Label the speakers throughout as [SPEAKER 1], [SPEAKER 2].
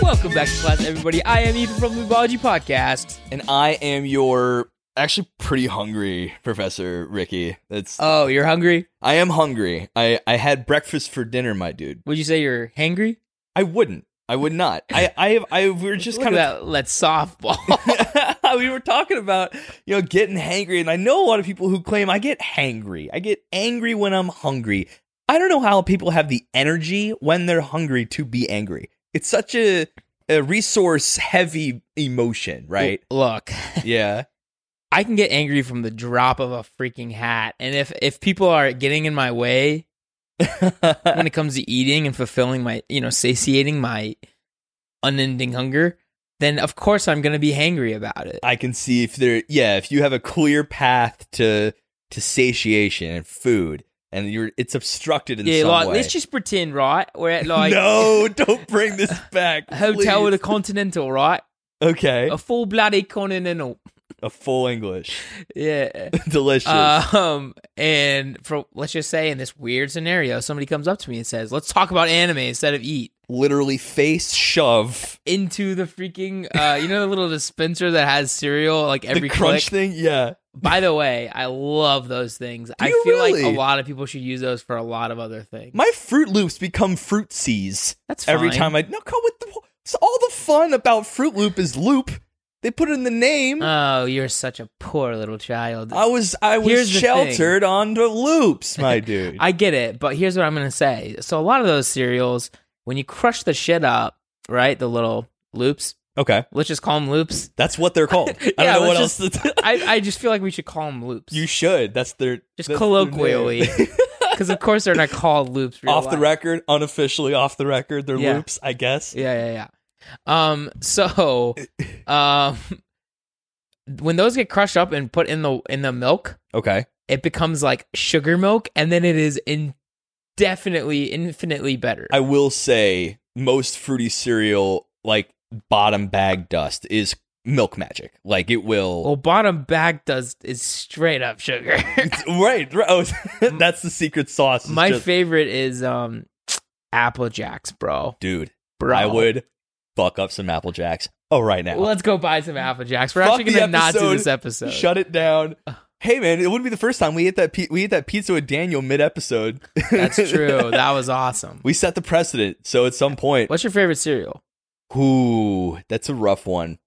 [SPEAKER 1] Welcome back to class, everybody. I am Ethan from the Biology Podcast.
[SPEAKER 2] And I am your actually pretty hungry Professor Ricky. That's
[SPEAKER 1] Oh, you're hungry?
[SPEAKER 2] I am hungry. I I had breakfast for dinner, my dude.
[SPEAKER 1] Would you say you're hangry?
[SPEAKER 2] I wouldn't. I would not. I I have, I we were just
[SPEAKER 1] Look
[SPEAKER 2] kind of
[SPEAKER 1] at that. Let's softball.
[SPEAKER 2] we were talking about you know getting hangry, and I know a lot of people who claim I get hangry. I get angry when I'm hungry. I don't know how people have the energy when they're hungry to be angry. It's such a a resource heavy emotion, right?
[SPEAKER 1] Look,
[SPEAKER 2] yeah.
[SPEAKER 1] I can get angry from the drop of a freaking hat, and if if people are getting in my way when it comes to eating and fulfilling my, you know, satiating my unending hunger, then of course I'm going to be hangry about it.
[SPEAKER 2] I can see if there yeah, if you have a clear path to to satiation and food and you're it's obstructed in
[SPEAKER 1] yeah,
[SPEAKER 2] some
[SPEAKER 1] like,
[SPEAKER 2] way.
[SPEAKER 1] let's just pretend, right? We're at like
[SPEAKER 2] no, don't bring this back.
[SPEAKER 1] a hotel with a Oh.
[SPEAKER 2] please.
[SPEAKER 1] continental, right?
[SPEAKER 2] Okay.
[SPEAKER 1] A full bloody continental.
[SPEAKER 2] A full English.
[SPEAKER 1] Yeah.
[SPEAKER 2] Delicious.
[SPEAKER 1] Um, and for let's just say in this weird scenario, somebody comes up to me and says, "Let's talk about anime instead of eat."
[SPEAKER 2] Literally face shove.
[SPEAKER 1] Into the freaking, uh, you know, the little dispenser that has cereal like every
[SPEAKER 2] the crunch
[SPEAKER 1] click.
[SPEAKER 2] thing, yeah.
[SPEAKER 1] By the way, I love those things. I
[SPEAKER 2] you
[SPEAKER 1] feel like
[SPEAKER 2] really?
[SPEAKER 1] a lot of people should use those for a lot of other things.
[SPEAKER 2] My Fruit Loops become Fruit Seas
[SPEAKER 1] That's fine.
[SPEAKER 2] every time I no come with the so all the fun about Fruit Loop is loop. They put it in the name.
[SPEAKER 1] Oh, you're such a poor little child.
[SPEAKER 2] I was I was
[SPEAKER 1] here's the thing.
[SPEAKER 2] sheltered under loops, my dude.
[SPEAKER 1] I get it, but here's what I'm gonna say. So a lot of those cereals, when you crush the shit up, right? The little loops.
[SPEAKER 2] okay.
[SPEAKER 1] Let's just call them loops.
[SPEAKER 2] That's what they're called. I
[SPEAKER 1] Yeah,
[SPEAKER 2] don't know what
[SPEAKER 1] let's
[SPEAKER 2] else to t-
[SPEAKER 1] I, I just feel like we should call them loops.
[SPEAKER 2] You should. That's their
[SPEAKER 1] just
[SPEAKER 2] that's their
[SPEAKER 1] colloquially.
[SPEAKER 2] name.
[SPEAKER 1] Because, of course, they're not called loops. real
[SPEAKER 2] off the
[SPEAKER 1] life.
[SPEAKER 2] record, unofficially off the record. They're
[SPEAKER 1] Yeah.
[SPEAKER 2] loops, I guess.
[SPEAKER 1] Yeah, yeah, yeah. Um, so, um, when those get crushed up and put in the in the milk,
[SPEAKER 2] Okay.
[SPEAKER 1] it becomes like sugar milk, and then it is indefinitely, infinitely better.
[SPEAKER 2] I will say most fruity cereal like bottom bag dust is milk magic. Like it will
[SPEAKER 1] well, bottom back does is straight up sugar.
[SPEAKER 2] right, right. Oh, that's the secret sauce. is
[SPEAKER 1] My
[SPEAKER 2] just-
[SPEAKER 1] favorite is um, Apple Jacks, bro.
[SPEAKER 2] dude,
[SPEAKER 1] Bro,
[SPEAKER 2] I would fuck up some apple jacks. Oh, right now.
[SPEAKER 1] Let's go buy some Apple Jacks. We're
[SPEAKER 2] Fuck
[SPEAKER 1] actually
[SPEAKER 2] the
[SPEAKER 1] gonna not do
[SPEAKER 2] episode.
[SPEAKER 1] this episode.
[SPEAKER 2] Shut it down. Hey man, it wouldn't be the first time we ate that pi- we ate that pizza with Daniel mid episode.
[SPEAKER 1] That's true. That was awesome.
[SPEAKER 2] We set the precedent, so at some point,
[SPEAKER 1] What's your favorite cereal?
[SPEAKER 2] ooh, that's a rough one.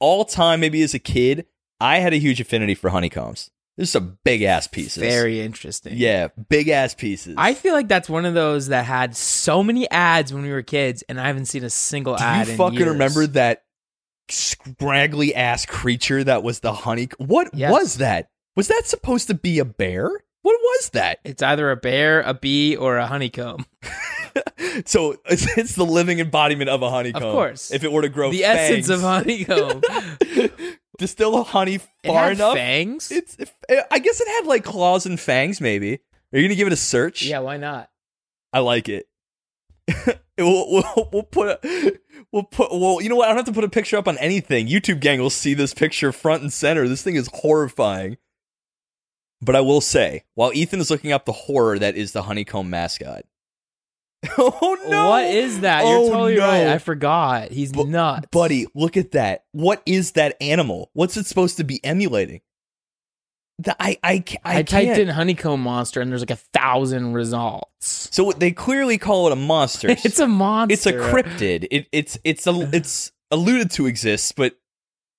[SPEAKER 2] All time, maybe as a kid, I had a huge affinity for honeycombs. There's some big ass pieces.
[SPEAKER 1] Very interesting.
[SPEAKER 2] yeah, big ass pieces.
[SPEAKER 1] I feel like that's one of those that had so many ads when we were kids, and I haven't seen a single
[SPEAKER 2] do
[SPEAKER 1] ad.
[SPEAKER 2] you
[SPEAKER 1] in
[SPEAKER 2] fucking
[SPEAKER 1] years.
[SPEAKER 2] remember that scraggly ass creature that was the honey? What
[SPEAKER 1] Yes.
[SPEAKER 2] was that? Was that supposed to be a bear? What was that?
[SPEAKER 1] It's either a bear, a bee, or a honeycomb.
[SPEAKER 2] So it's, it's the living embodiment of a honeycomb.
[SPEAKER 1] course.
[SPEAKER 2] if it were to grow
[SPEAKER 1] the essence of
[SPEAKER 2] fangs.
[SPEAKER 1] honeycomb.
[SPEAKER 2] distill honey
[SPEAKER 1] it
[SPEAKER 2] far
[SPEAKER 1] had
[SPEAKER 2] enough.
[SPEAKER 1] fangs.
[SPEAKER 2] It's. If, uh, I guess it had like claws and fangs. Maybe. Are you gonna give it a search?
[SPEAKER 1] yeah, why not?
[SPEAKER 2] I like it. we'll, we'll, we'll put. A, we'll put. Well, you know what? I don't have to put a picture up on anything. YouTube gang will see this picture front and center. This thing is horrifying. But I will say, while Ethan is looking up the horror that is the honeycomb mascot. Oh no!
[SPEAKER 1] What is that? You're
[SPEAKER 2] Oh,
[SPEAKER 1] totally
[SPEAKER 2] no.
[SPEAKER 1] right. I forgot. He's
[SPEAKER 2] Bu-
[SPEAKER 1] nuts,
[SPEAKER 2] Buddy, look at that. What is that animal? What's it supposed to be emulating? The, I, I, ca- I,
[SPEAKER 1] I, typed
[SPEAKER 2] can't.
[SPEAKER 1] in honeycomb monster, and there's like a thousand results.
[SPEAKER 2] So they clearly call it a monster.
[SPEAKER 1] It's a monster.
[SPEAKER 2] it's a cryptid. It, it's it's a, it's alluded to exists, but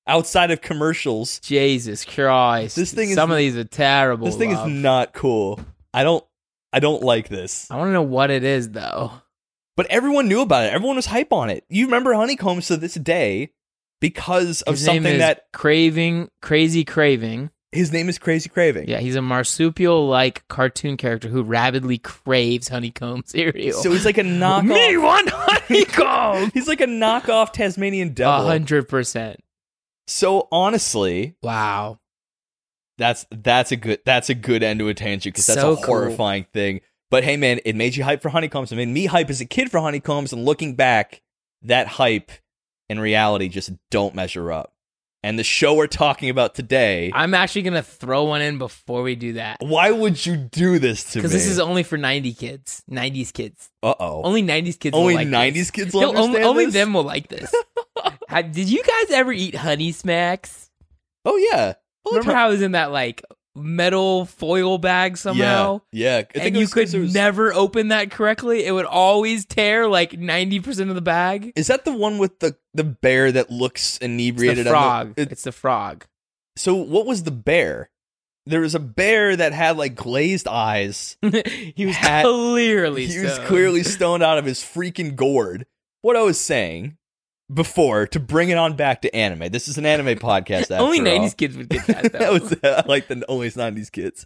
[SPEAKER 2] outside of commercials,
[SPEAKER 1] Jesus Christ!
[SPEAKER 2] This thing is-
[SPEAKER 1] Some of these are terrible.
[SPEAKER 2] this thing
[SPEAKER 1] love.
[SPEAKER 2] is not cool. I don't I don't like this.
[SPEAKER 1] I want to know what it is though.
[SPEAKER 2] But everyone knew about it. Everyone was hype on it. You remember Honeycombs to this day because of
[SPEAKER 1] His name
[SPEAKER 2] something
[SPEAKER 1] is
[SPEAKER 2] that
[SPEAKER 1] craving, crazy craving.
[SPEAKER 2] his name is Crazy Craving.
[SPEAKER 1] Yeah, he's a marsupial-like cartoon character who rabidly craves honeycomb cereal.
[SPEAKER 2] So he's like a
[SPEAKER 1] me
[SPEAKER 2] knockoff.
[SPEAKER 1] one honeycomb.
[SPEAKER 2] he's like a knockoff Tasmanian
[SPEAKER 1] A
[SPEAKER 2] devil.
[SPEAKER 1] hundred percent.
[SPEAKER 2] So honestly,
[SPEAKER 1] Wow.
[SPEAKER 2] that's that's a good that's a good end to a tangent because that's
[SPEAKER 1] So
[SPEAKER 2] a
[SPEAKER 1] cool.
[SPEAKER 2] horrifying thing. But hey, man, it made you hype for honeycombs. It made me hype as a kid for honeycombs, and looking back, that hype and reality just don't measure up. and the show we're talking about today.
[SPEAKER 1] I'm actually gonna throw one in before we do that
[SPEAKER 2] Why would you do this to me?
[SPEAKER 1] because this is only for '90 kids, '90s kids.
[SPEAKER 2] uh oh.
[SPEAKER 1] Only '90s kids. will
[SPEAKER 2] Only
[SPEAKER 1] like this.
[SPEAKER 2] nineties kids will
[SPEAKER 1] No,
[SPEAKER 2] understand
[SPEAKER 1] only, only
[SPEAKER 2] this?
[SPEAKER 1] them will like this. How- did you guys ever eat Honey Smacks?
[SPEAKER 2] Oh yeah. All the
[SPEAKER 1] Remember
[SPEAKER 2] time.
[SPEAKER 1] how it was in that like metal foil bag somehow?
[SPEAKER 2] Yeah. yeah. I think
[SPEAKER 1] and
[SPEAKER 2] it
[SPEAKER 1] you
[SPEAKER 2] was 'cause
[SPEAKER 1] could
[SPEAKER 2] there was-
[SPEAKER 1] never open that correctly. It would always tear like 90% of the bag.
[SPEAKER 2] Is that the one with the the bear that looks
[SPEAKER 1] It's the
[SPEAKER 2] inebriated? on
[SPEAKER 1] frog.
[SPEAKER 2] it-
[SPEAKER 1] it's the frog.
[SPEAKER 2] so what was the bear? There was a bear that had like glazed eyes.
[SPEAKER 1] he was
[SPEAKER 2] Hat-
[SPEAKER 1] clearly
[SPEAKER 2] he was
[SPEAKER 1] stoned.
[SPEAKER 2] clearly stoned out of his freaking gourd. What I was saying before to bring it on back to anime. This is an anime podcast. After
[SPEAKER 1] only
[SPEAKER 2] all.
[SPEAKER 1] 90s kids would get that. Though.
[SPEAKER 2] that was I like the only '90s kids,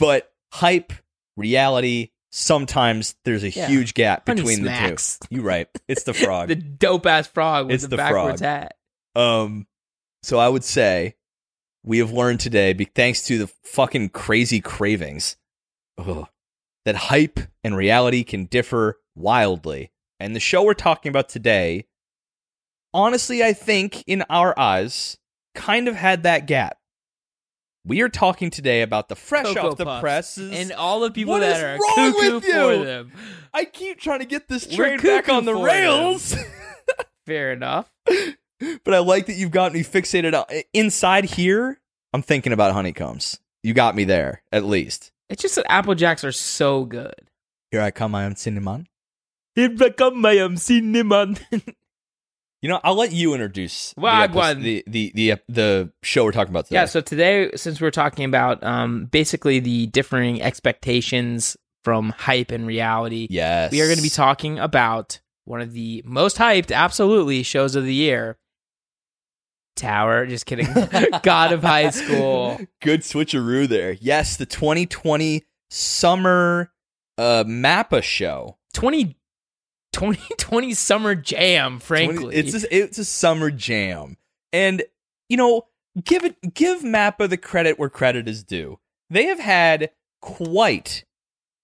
[SPEAKER 2] but hype, reality. Sometimes there's a
[SPEAKER 1] Yeah.
[SPEAKER 2] huge gap
[SPEAKER 1] Honey
[SPEAKER 2] between the
[SPEAKER 1] Smacks.
[SPEAKER 2] two. You're right. It's the frog.
[SPEAKER 1] the dope ass frog with
[SPEAKER 2] It's
[SPEAKER 1] the,
[SPEAKER 2] the
[SPEAKER 1] backwards
[SPEAKER 2] frog.
[SPEAKER 1] hat.
[SPEAKER 2] Um, so I would say we have learned today, be- thanks to the fucking crazy cravings, ugh, that hype and reality can differ wildly. And the show we're talking about today, honestly, I think in our eyes, kind of had that gap. We are talking today about the fresh
[SPEAKER 1] Cocoa
[SPEAKER 2] off the
[SPEAKER 1] Puffs.
[SPEAKER 2] presses.
[SPEAKER 1] And all the people
[SPEAKER 2] What
[SPEAKER 1] that
[SPEAKER 2] is
[SPEAKER 1] are
[SPEAKER 2] wrong
[SPEAKER 1] cuckoo
[SPEAKER 2] with
[SPEAKER 1] for
[SPEAKER 2] you?
[SPEAKER 1] them.
[SPEAKER 2] I keep trying to get this
[SPEAKER 1] We're
[SPEAKER 2] train back
[SPEAKER 1] cuckoo
[SPEAKER 2] on the
[SPEAKER 1] for them.
[SPEAKER 2] rails.
[SPEAKER 1] Fair enough.
[SPEAKER 2] but I like that you've got me fixated on inside here. I'm thinking about honeycombs. You got me there, at least.
[SPEAKER 1] It's just that Apple Jacks are so good.
[SPEAKER 2] Here I come, I am cinnamon.
[SPEAKER 1] become my MC Niman.
[SPEAKER 2] You know, I'll let you introduce the,
[SPEAKER 1] Wagwan.
[SPEAKER 2] epis- the, the the ep- the show we're talking about today.
[SPEAKER 1] Yeah, so today, since we're talking about um, basically the differing expectations from hype and reality,
[SPEAKER 2] yes,
[SPEAKER 1] we are going to be talking about one of the most hyped, absolutely, shows of the year. Tower, just kidding. God of High School.
[SPEAKER 2] Good switcheroo there. Yes, the 2020 summer uh MAPPA show.
[SPEAKER 1] 20, 2020 summer jam, frankly.
[SPEAKER 2] 20 it's a, it's a summer jam, and you know, give it give Mappa the credit where credit is due. They have had quite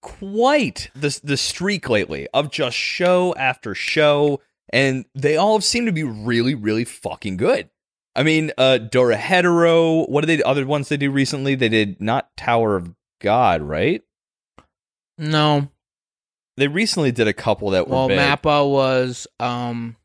[SPEAKER 2] quite the the streak lately of just show after show, and they all seem to be really really fucking good. I mean, uh, Dora Hetero. What are they? Other ones they do recently? They did not Tower of God, right?
[SPEAKER 1] no.
[SPEAKER 2] They recently did a couple that were
[SPEAKER 1] Well,
[SPEAKER 2] big.
[SPEAKER 1] Mappa was um,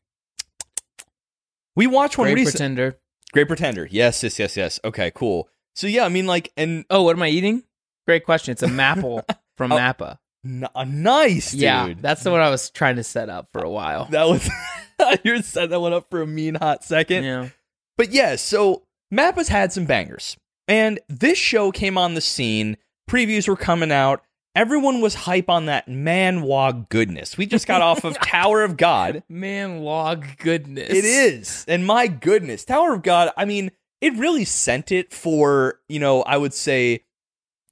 [SPEAKER 2] we watched one
[SPEAKER 1] Great
[SPEAKER 2] recent-
[SPEAKER 1] Pretender.
[SPEAKER 2] Great Pretender. Yes, yes, yes, yes. Okay, cool. So yeah, I mean, like, and
[SPEAKER 1] Oh, what am I eating? Great question. It's a Mapple from
[SPEAKER 2] Oh,
[SPEAKER 1] Mappa.
[SPEAKER 2] N- uh, nice, dude.
[SPEAKER 1] Yeah, that's the one I was trying to set up for a while.
[SPEAKER 2] that was you set that one up for a mean hot second.
[SPEAKER 1] yeah.
[SPEAKER 2] But yeah, so Mappa's had some bangers, and this show came on the scene. Previews were coming out. Everyone was hype on that man wog goodness. We just got off of Tower of God.
[SPEAKER 1] Man, log goodness.
[SPEAKER 2] It is. And my goodness, Tower of God, I mean, it really sent it for, you know, I would say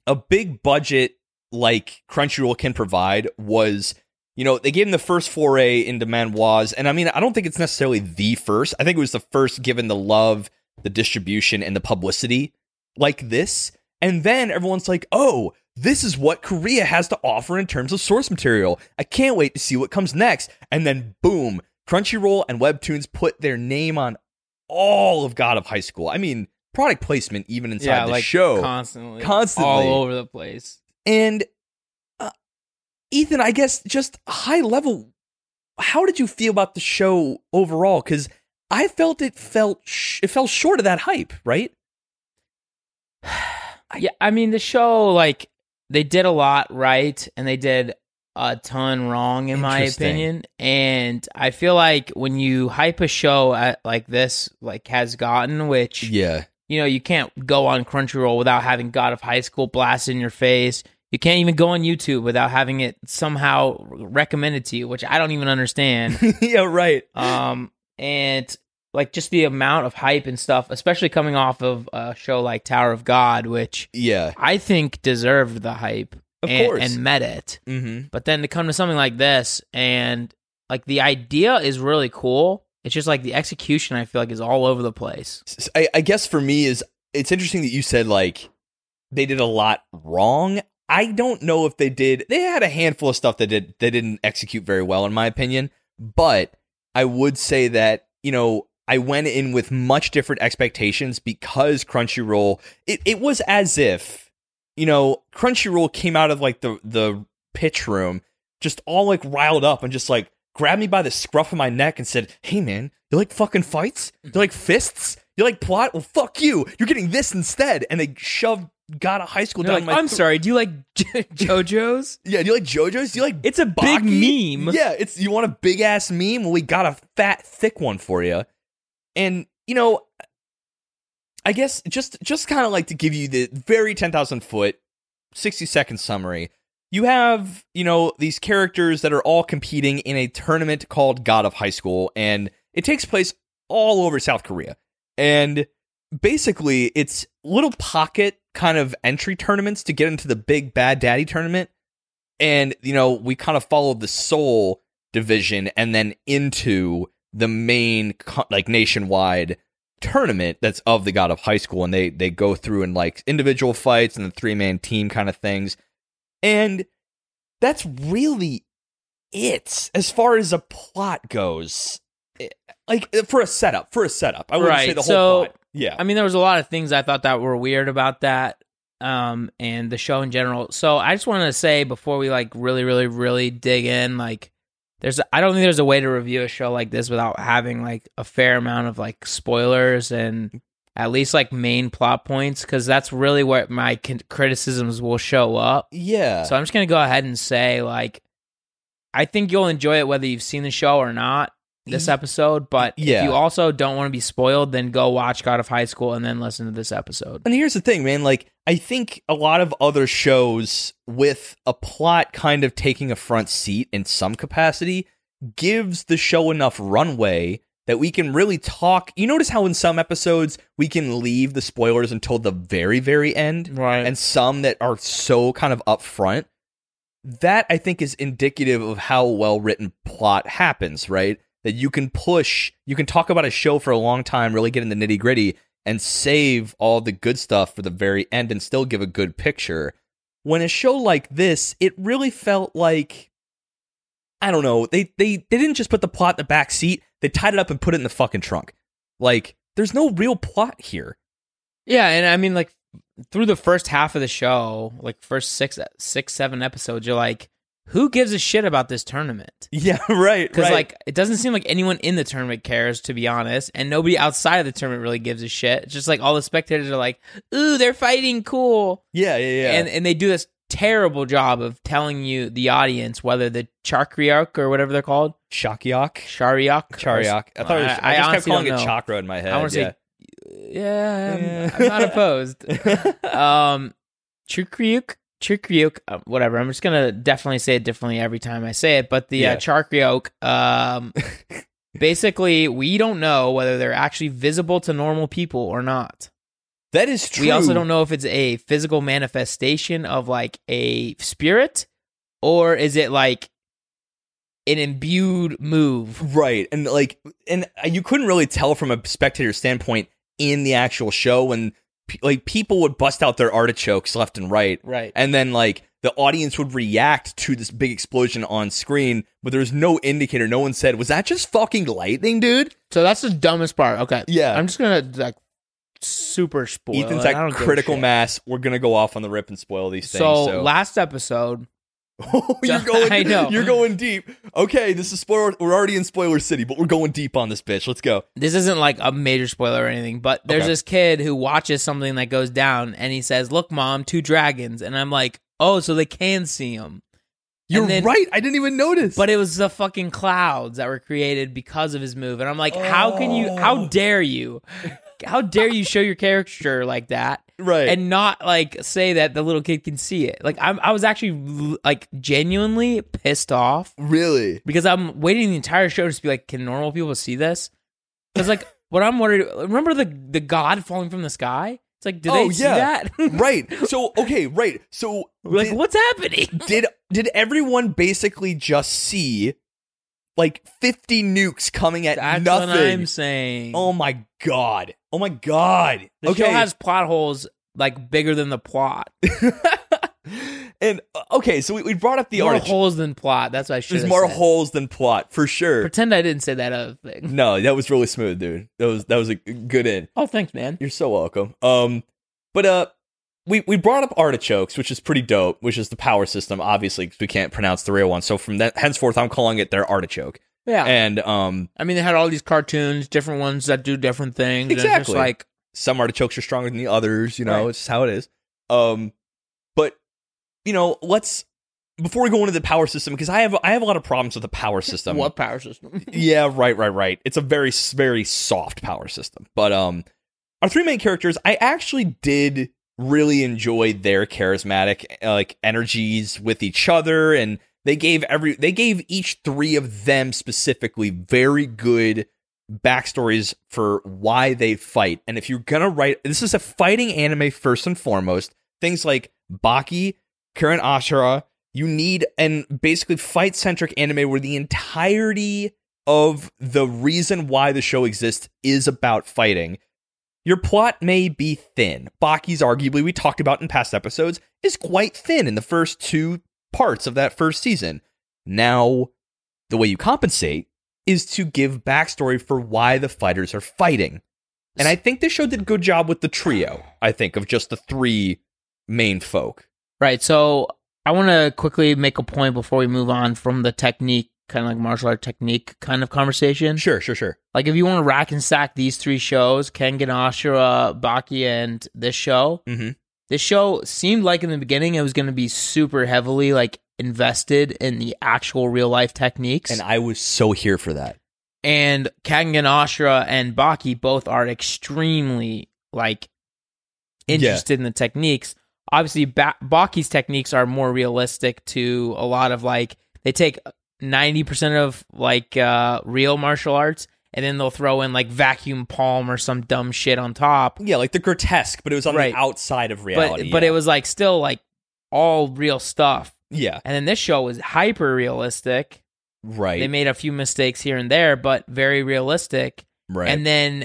[SPEAKER 2] a big budget like Crunchyroll can provide was, you know, they gave him the first foray into manhwas. And I mean, I don't think it's necessarily the first. I think it was the first given the love, the distribution, and the publicity like this. And then everyone's like, oh, this is what Korea has to offer in terms of source material. I can't wait to see what comes next. And then boom, Crunchyroll and Webtoons put their name on all of God of High School. I mean, product placement even inside
[SPEAKER 1] yeah,
[SPEAKER 2] the
[SPEAKER 1] like
[SPEAKER 2] show.
[SPEAKER 1] constantly,
[SPEAKER 2] Constantly.
[SPEAKER 1] all over the place.
[SPEAKER 2] and uh, Ethan, I guess just high level, how did you feel about the show overall? Because I felt it felt sh- it fell short of that hype, right?
[SPEAKER 1] yeah, I mean the show, like they did a lot right, and they did a ton wrong, in my
[SPEAKER 2] Interesting.
[SPEAKER 1] opinion. And I feel like when you hype a show at like this, like has gotten, which
[SPEAKER 2] Yeah,
[SPEAKER 1] you know, you can't go on Crunchyroll without having God of High School blasted in your face. You can't even go on YouTube without having it somehow recommended to you, which I don't even understand.
[SPEAKER 2] yeah, right.
[SPEAKER 1] um, and like just the amount of hype and stuff, especially coming off of a show like Tower of God, which
[SPEAKER 2] yeah,
[SPEAKER 1] I think deserved the hype
[SPEAKER 2] of
[SPEAKER 1] and,
[SPEAKER 2] course.
[SPEAKER 1] and met it.
[SPEAKER 2] mm-hmm.
[SPEAKER 1] But then to come to something like this, and like the idea is really cool. It's just like the execution, I feel like, is all over the place.
[SPEAKER 2] S- I, I guess for me is it's interesting that you said like they did a lot wrong. I don't know if they did. They had a handful of stuff that did they didn't execute very well, in my opinion. But I would say that you know I went in with much different expectations because Crunchyroll it, it was as if, you know, Crunchyroll came out of like the the pitch room just all like riled up and just like grabbed me by the scruff of my neck and said, "Hey man, you like fucking fights? You like fists? You like plot? Well, fuck you. You're getting this instead." And they shoved God of High School
[SPEAKER 1] They're
[SPEAKER 2] down
[SPEAKER 1] like,
[SPEAKER 2] my.
[SPEAKER 1] I'm
[SPEAKER 2] thro-
[SPEAKER 1] sorry. Do you like J- JoJo's?
[SPEAKER 2] Yeah, do you like JoJo's? Do you like
[SPEAKER 1] It's a big
[SPEAKER 2] Baki?
[SPEAKER 1] meme.
[SPEAKER 2] Yeah, it's you want a big ass meme. Well, we got a fat, thick one for you. And you know, I guess just just kind of like to give you the very ten thousand foot, sixty second summary. You have you know these characters that are all competing in a tournament called God of High School, and it takes place all over South Korea. And basically, it's little pocket kind of entry tournaments to get into the big bad daddy tournament and you know we kind of followed the soul division and then into the main co- like nationwide tournament that's of the god of high school and they they go through in like individual fights and the three man team kind of things and that's really it as far as a plot goes It- like for a setup for a setup i wouldn't say
[SPEAKER 1] Right,
[SPEAKER 2] the whole
[SPEAKER 1] so-
[SPEAKER 2] plot yeah
[SPEAKER 1] I mean, there was a lot of things I thought that were weird about that, um, and the show in general. So I just wanted to say before we like really, really, really dig in, like, there's I don't think there's a way to review a show like this without having like a fair amount of like spoilers and at least like main plot points because that's really where my con- criticisms will show up.
[SPEAKER 2] yeah
[SPEAKER 1] So I'm just gonna go ahead and say, like, I think you'll enjoy it whether you've seen the show or not this
[SPEAKER 2] Ye-
[SPEAKER 1] episode. But
[SPEAKER 2] Mm-hmm. Yeah.
[SPEAKER 1] if you also don't want to be spoiled, then go watch God of High School and then listen to this episode.
[SPEAKER 2] And here's the thing, man. Like, I think a lot of other shows with a plot kind of taking a front seat in some capacity gives the show enough runway that we can really talk. You notice how in some episodes we can leave the spoilers until the very, very end,
[SPEAKER 1] Right.
[SPEAKER 2] and some that are so kind of upfront. That I think is indicative of how well written plot happens, right? That you can push, you can talk about a show for a long time, really get in the nitty gritty, and save all the good stuff for the very end and still give a good picture. When a show like this, it really felt like I don't know, they they they didn't just put the plot in the back seat, they tied it up and put it in the fucking trunk. Like, there's no real plot here.
[SPEAKER 1] yeah, and I mean, like, through the first half of the show, like first six, six, seven episodes, you're like, who gives a shit about this tournament?
[SPEAKER 2] Yeah, right.
[SPEAKER 1] Because like it doesn't seem like anyone in the tournament cares, to be honest, and nobody outside of the tournament really gives a shit. It's just like all the spectators are like, "Ooh, they're fighting, cool."
[SPEAKER 2] yeah, yeah, yeah.
[SPEAKER 1] and and they do this terrible job of telling you the audience whether the chakriarch or whatever they're called
[SPEAKER 2] Shakyak.
[SPEAKER 1] chariok or s-
[SPEAKER 2] Chariak. I thought it was, I, just kept
[SPEAKER 1] honestly
[SPEAKER 2] calling it
[SPEAKER 1] don't know.
[SPEAKER 2] chakra in my head.
[SPEAKER 1] I want to
[SPEAKER 2] yeah.
[SPEAKER 1] say yeah, I'm-
[SPEAKER 2] Yeah.
[SPEAKER 1] I'm, not opposed um chukriuk chukriuk um, whatever i'm just gonna definitely say it differently every time i say it but the
[SPEAKER 2] Yeah.
[SPEAKER 1] uh, chakriok um basically we don't know whether they're actually visible to normal people or not
[SPEAKER 2] that is true.
[SPEAKER 1] we also don't know if it's a physical manifestation of like a spirit or is it like an imbued move.
[SPEAKER 2] Right. And like and you couldn't really tell from a spectator standpoint in the actual show when pe- like people would bust out their artichokes left and right
[SPEAKER 1] Right.
[SPEAKER 2] and then like the audience would react to this big explosion on screen but there's no indicator no one said was that just fucking lightning dude
[SPEAKER 1] So that's the dumbest part. Okay.
[SPEAKER 2] Yeah.
[SPEAKER 1] I'm just going to like super spoil.
[SPEAKER 2] ethan's
[SPEAKER 1] it. I
[SPEAKER 2] at
[SPEAKER 1] don't give a
[SPEAKER 2] critical
[SPEAKER 1] shit.
[SPEAKER 2] mass we're gonna go off on the rip and spoil these things
[SPEAKER 1] So,
[SPEAKER 2] so
[SPEAKER 1] last episode,
[SPEAKER 2] you're going
[SPEAKER 1] I know.
[SPEAKER 2] you're going deep okay this is spoiler we're already in spoiler city but we're going deep on this bitch let's go
[SPEAKER 1] this isn't like a major spoiler or anything, but there's
[SPEAKER 2] Okay.
[SPEAKER 1] this kid who watches something that goes down and he says, "Look, mom, two dragons." And I'm like, "Oh, so they can see him."
[SPEAKER 2] you're
[SPEAKER 1] then-
[SPEAKER 2] right i didn't even notice
[SPEAKER 1] But it was the fucking clouds that were created because of his move. And I'm like, how can you, how
[SPEAKER 2] Oh.
[SPEAKER 1] dare you, how dare you show your character like that
[SPEAKER 2] right
[SPEAKER 1] and not like say that the little kid can see it? Like, I'm, I was actually like genuinely pissed off
[SPEAKER 2] really
[SPEAKER 1] because I'm waiting the entire show just to be like, can normal people see this? Because like, what I'm worried, remember the, the god falling from the sky? It's like, do they
[SPEAKER 2] Oh,
[SPEAKER 1] see
[SPEAKER 2] yeah.
[SPEAKER 1] that?
[SPEAKER 2] right so okay right so
[SPEAKER 1] like,
[SPEAKER 2] did-
[SPEAKER 1] what's happening?
[SPEAKER 2] did did everyone basically just see like 50 nukes coming at
[SPEAKER 1] That's
[SPEAKER 2] nothing
[SPEAKER 1] what I'm saying.
[SPEAKER 2] oh my god oh my god
[SPEAKER 1] The
[SPEAKER 2] okay
[SPEAKER 1] show has plot holes like bigger than the plot.
[SPEAKER 2] And uh, okay, so we, we brought up the
[SPEAKER 1] more
[SPEAKER 2] artichoke.
[SPEAKER 1] holes than plot. That's what I should.
[SPEAKER 2] There's
[SPEAKER 1] have
[SPEAKER 2] more
[SPEAKER 1] said.
[SPEAKER 2] holes than plot for sure.
[SPEAKER 1] Pretend I didn't say that other thing.
[SPEAKER 2] No, that was really smooth, dude. That was that was a good in.
[SPEAKER 1] Oh, thanks, man.
[SPEAKER 2] You're so welcome. Um, but uh, we we brought up artichokes, which is pretty dope. Which is the power system, obviously, because we can't pronounce the real one. So from that henceforth, I'm calling it their artichoke.
[SPEAKER 1] Yeah.
[SPEAKER 2] And um,
[SPEAKER 1] I mean, they had all these cartoons, different ones that do different things. and it's just
[SPEAKER 2] Exactly.
[SPEAKER 1] like
[SPEAKER 2] some artichokes are stronger than the others. You know,
[SPEAKER 1] Right.
[SPEAKER 2] it's just how it is. Um, but you know, let's before we go into the power system because I have I have a lot of problems with the power system.
[SPEAKER 1] what power system?
[SPEAKER 2] yeah, right, right, right. It's a very, s- very soft power system. But um, our three main characters, I actually did really enjoy their charismatic uh, like energies with each other, and they gave every they gave each three of them specifically very good backstories for why they fight. And if you're gonna write, this is a fighting anime first and foremost. Things like Baki, Karen Ashura. You need an basically fight centric anime where the entirety of the reason why the show exists is about fighting. Your plot may be thin. Baki's arguably we talked about in past episodes is quite thin in the first two parts of that first season. Now, the way you compensate is to give backstory for why the fighters are fighting. And I think this show did a good job with the trio, I think, of just the three main folk.
[SPEAKER 1] Right. So I want to quickly make a point before we move on from the technique, kind of like martial art technique kind of conversation.
[SPEAKER 2] Sure, sure, sure.
[SPEAKER 1] Like, if you want to rack and stack these three shows, Kengan Ashura, Baki, and this show,
[SPEAKER 2] Mhm.
[SPEAKER 1] this show seemed like in the beginning it was going to be super heavily like invested in the actual real life techniques.
[SPEAKER 2] And
[SPEAKER 1] And,
[SPEAKER 2] I was so here for that.
[SPEAKER 1] and Kengan Ashura and Baki both are extremely like
[SPEAKER 2] Yeah.
[SPEAKER 1] interested in the techniques. Obviously, ba- Baki's techniques are more realistic to a lot of like they take ninety percent of like uh, real martial arts, and then they'll throw in like vacuum palm or some dumb shit on top.
[SPEAKER 2] Yeah, like the grotesque, but it was on
[SPEAKER 1] Right.
[SPEAKER 2] the outside of
[SPEAKER 1] But
[SPEAKER 2] reality.
[SPEAKER 1] but
[SPEAKER 2] yeah.
[SPEAKER 1] it was like still like all real stuff.
[SPEAKER 2] Yeah,
[SPEAKER 1] And then this show was hyper realistic.
[SPEAKER 2] right.
[SPEAKER 1] They made a few mistakes here and there, but very realistic.
[SPEAKER 2] right.
[SPEAKER 1] and then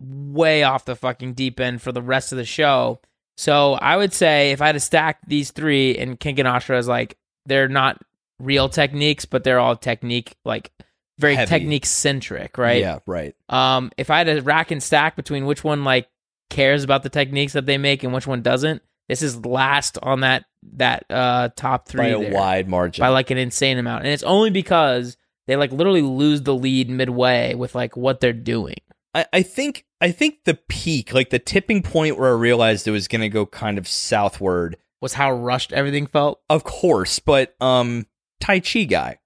[SPEAKER 1] way off the fucking deep end for the rest of the show. So I would say if I had to stack these three and Kink and Ashra is like they're not real techniques, but they're all technique like very
[SPEAKER 2] Heavy.
[SPEAKER 1] technique centric, right?
[SPEAKER 2] Yeah, right.
[SPEAKER 1] Um if I had to rack and stack between which one like cares about the techniques that they make and which one doesn't, this is last on that that uh top three
[SPEAKER 2] By a
[SPEAKER 1] there
[SPEAKER 2] wide margin.
[SPEAKER 1] by like an insane amount. And it's only because they like literally lose the lead midway with like what they're doing.
[SPEAKER 2] I, I think I think the peak, like the tipping point where I realized it was gonna go kind of southward,
[SPEAKER 1] was how rushed everything felt.
[SPEAKER 2] of course, but um Tai Chi guy.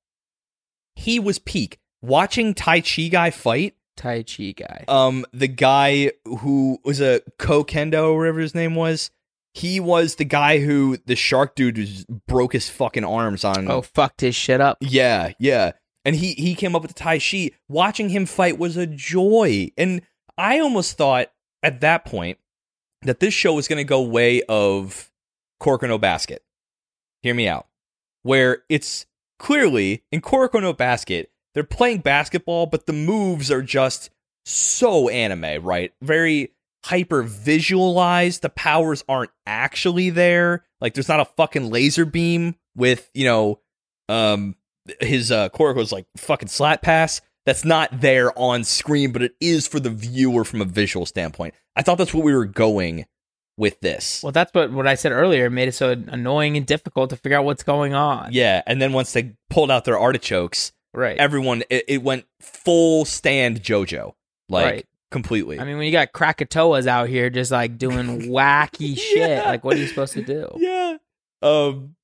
[SPEAKER 2] He was peak. Watching Tai Chi guy fight,
[SPEAKER 1] Tai Chi guy.
[SPEAKER 2] um, the guy who was a Kokendo, whatever his name was, he was the guy who the shark dude was, broke his fucking arms on
[SPEAKER 1] oh, fucked his shit up.
[SPEAKER 2] Yeah, yeah. And he he came up with the Tai Chi. Watching him fight was a joy. And I almost thought at that point that this show was going to go way of Koroko no Basket. Hear me out. Where it's clearly in Koroko no Basket, they're playing basketball, but the moves are just so anime, right? Very hyper visualized. The powers aren't actually there. Like there's not a fucking laser beam with, you know, um his uh Koriko's like fucking slap pass. That's not there on screen, but it is for the viewer from a visual standpoint. I thought that's what we were going with this.
[SPEAKER 1] Well, that's what what I said earlier made it so annoying and difficult to figure out what's going on.
[SPEAKER 2] Yeah, and then once they pulled out their artichokes,
[SPEAKER 1] right.
[SPEAKER 2] everyone it, it went full stand JoJo, like
[SPEAKER 1] Right.
[SPEAKER 2] completely.
[SPEAKER 1] I mean, when you got Krakatoas out here just like doing wacky shit,
[SPEAKER 2] Yeah.
[SPEAKER 1] like what are you supposed to do?
[SPEAKER 2] yeah. Um,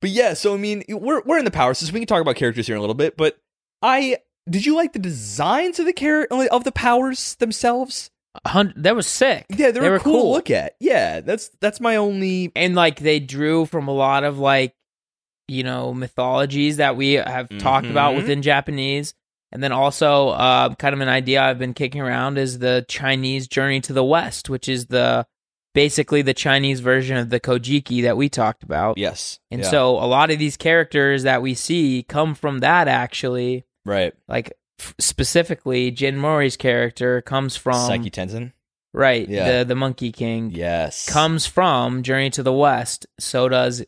[SPEAKER 2] but yeah, so I mean, we're we're in the power system. We can talk about characters here in a little bit, but I did you like the designs of the char- of the powers themselves?
[SPEAKER 1] A hun- that was sick.
[SPEAKER 2] Yeah, they,
[SPEAKER 1] They
[SPEAKER 2] were,
[SPEAKER 1] were
[SPEAKER 2] cool, to
[SPEAKER 1] cool.
[SPEAKER 2] look at. Yeah, that's that's my only.
[SPEAKER 1] And like they drew from a lot of like, you know, mythologies that we have talked about
[SPEAKER 2] Mhm.
[SPEAKER 1] within Japanese. And then also, uh, kind of an idea I've been kicking around is the Chinese journey to the West, which is the basically the Chinese version of the Kojiki that we talked about.
[SPEAKER 2] Yes,
[SPEAKER 1] And
[SPEAKER 2] Yeah.
[SPEAKER 1] so a lot of these characters that we see come from that actually.
[SPEAKER 2] right,
[SPEAKER 1] Like f- specifically, Jin Mori's character comes from
[SPEAKER 2] Psyche Tenzin.
[SPEAKER 1] right
[SPEAKER 2] Yeah.
[SPEAKER 1] the the Monkey King
[SPEAKER 2] Yes,
[SPEAKER 1] comes from Journey to the West. So does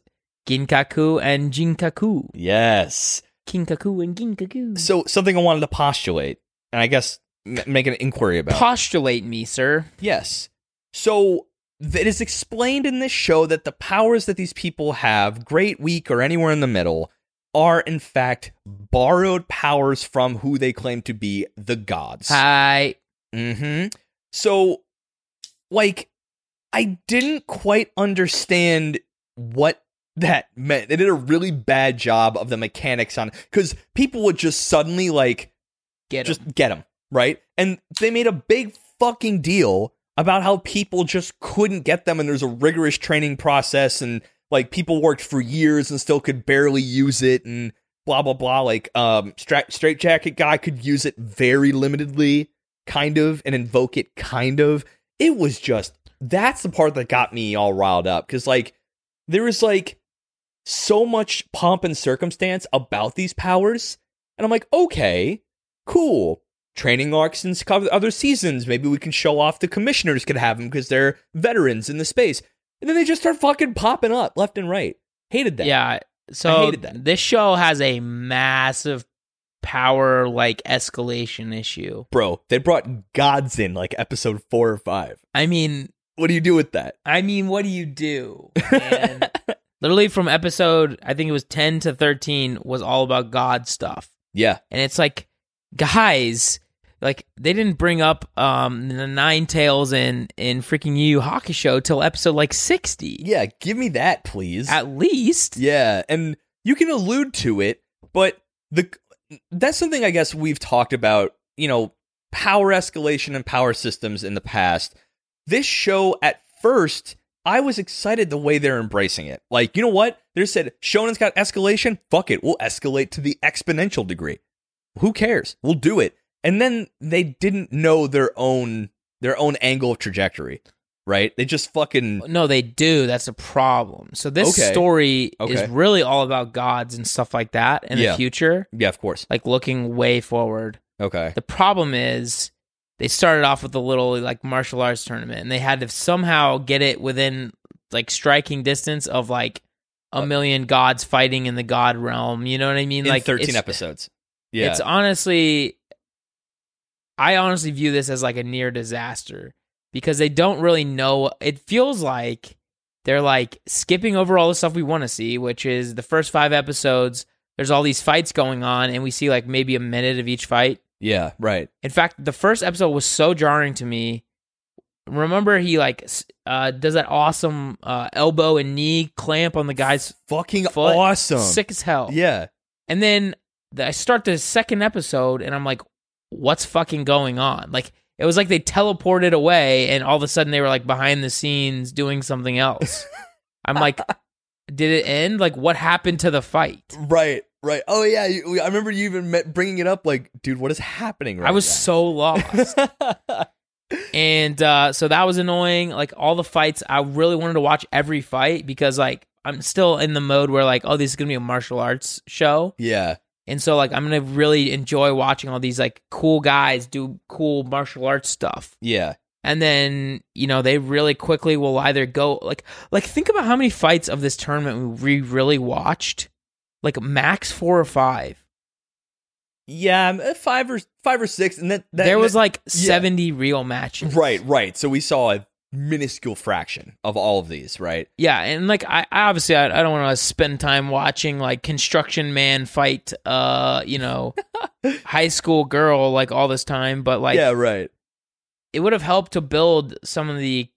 [SPEAKER 1] Ginkaku and Jinkaku.
[SPEAKER 2] Yes.
[SPEAKER 1] Kinkaku and Ginkaku.
[SPEAKER 2] So something I wanted to postulate, and I guess m- make an inquiry about.
[SPEAKER 1] postulate me, sir.
[SPEAKER 2] Yes. So th- it is explained in this show that the powers that these people have, great, weak, or anywhere in the middle, are in fact borrowed powers from who they claim to be the gods.
[SPEAKER 1] Hi.
[SPEAKER 2] hmm So, like, I didn't quite understand what that meant. They did a really bad job of the mechanics on because people would just suddenly like
[SPEAKER 1] Get him.
[SPEAKER 2] just get him right and they made a big fucking deal about how people just couldn't get them and there's a rigorous training process and like people worked for years and still could barely use it and blah blah blah like um stra- straight jacket guy could use it very limitedly kind of and invoke it kind of it was just that's the part that got me all riled up because like there was like so much pomp and circumstance about these powers and i'm like okay cool. Training arcs and sco- other seasons. Maybe we can show off the commissioners could have them because they're veterans in the space. And then they just start fucking popping up left and right. Hated that.
[SPEAKER 1] Yeah. So
[SPEAKER 2] hated that.
[SPEAKER 1] this show has a massive power like escalation issue.
[SPEAKER 2] Bro, they brought gods in like episode four or five.
[SPEAKER 1] I mean,
[SPEAKER 2] What do you do with that?
[SPEAKER 1] I mean, what do you do? man? literally from episode, I think it was 10 to 13 was all about God stuff.
[SPEAKER 2] Yeah.
[SPEAKER 1] and it's like guys like they didn't bring up um the nine tails in in freaking Yu Yu Hakusho till episode like 60
[SPEAKER 2] Yeah. Give me that, please.
[SPEAKER 1] at least
[SPEAKER 2] Yeah, and you can allude to it, but the that's something I guess we've talked about, you know, power escalation and power systems in the past. This show at first, I was excited the way they're embracing it. Like, you know what? They said Shonen's got escalation, fuck it, we'll escalate to the exponential degree. Who cares? We'll do it. And then they didn't know their own their own angle of trajectory, right? They just fucking
[SPEAKER 1] no they do that's a problem so this
[SPEAKER 2] Okay.
[SPEAKER 1] story
[SPEAKER 2] Okay.
[SPEAKER 1] is really all about gods and stuff like that in
[SPEAKER 2] Yeah.
[SPEAKER 1] the future
[SPEAKER 2] yeah, of course.
[SPEAKER 1] like looking way forward
[SPEAKER 2] Okay.
[SPEAKER 1] the problem is they started off with a little like martial arts tournament and they had to somehow get it within like striking distance of like a
[SPEAKER 2] Uh,
[SPEAKER 1] million gods fighting in the god realm you know what i mean
[SPEAKER 2] In
[SPEAKER 1] like
[SPEAKER 2] 13
[SPEAKER 1] it's,
[SPEAKER 2] episodes. Yeah.
[SPEAKER 1] it's honestly i honestly view this as like a near disaster because they don't really know it feels like they're like skipping over all the stuff we want to see which is the first five episodes there's all these fights going on and we see like maybe a minute of each fight
[SPEAKER 2] Yeah, right.
[SPEAKER 1] In fact, the first episode was so jarring to me. Remember, he like s- uh, does that awesome uh, elbow and knee clamp on the guy's
[SPEAKER 2] fucking
[SPEAKER 1] foot.
[SPEAKER 2] awesome.
[SPEAKER 1] sick as hell.
[SPEAKER 2] Yeah.
[SPEAKER 1] And then the, I start the second episode, and I'm like, "What's fucking going on?" Like it was like they teleported away, and all of a sudden they were like behind the scenes doing something else. I'm like, "Did it end? Like what happened to the fight?"
[SPEAKER 2] Right. Right. Oh yeah. You, I remember you even met bringing it up. Like, dude, what is happening? Right.
[SPEAKER 1] I was so lost.
[SPEAKER 2] now?
[SPEAKER 1] And uh, so that was annoying. Like all the fights, I really wanted to watch every fight because like I'm still in the mode where like, oh, this is gonna be a martial arts show,
[SPEAKER 2] yeah.
[SPEAKER 1] and so like I'm gonna really enjoy watching all these like cool guys do cool martial arts stuff.
[SPEAKER 2] Yeah.
[SPEAKER 1] And then you know they really quickly will either go like like think about how many fights of this tournament we really watched, like max four or five.
[SPEAKER 2] Yeah. um, uh, Five or five or six, and that, that
[SPEAKER 1] there was
[SPEAKER 2] that-
[SPEAKER 1] like
[SPEAKER 2] yeah.
[SPEAKER 1] seventy real matches.
[SPEAKER 2] right. Right. So we saw a minuscule fraction of all of these. Right.
[SPEAKER 1] Yeah, and like I, I obviously I, I don't want to spend time watching like construction man fight, uh, you know, high school girl like all this time, but like
[SPEAKER 2] yeah. Right.
[SPEAKER 1] it would have helped to build some of the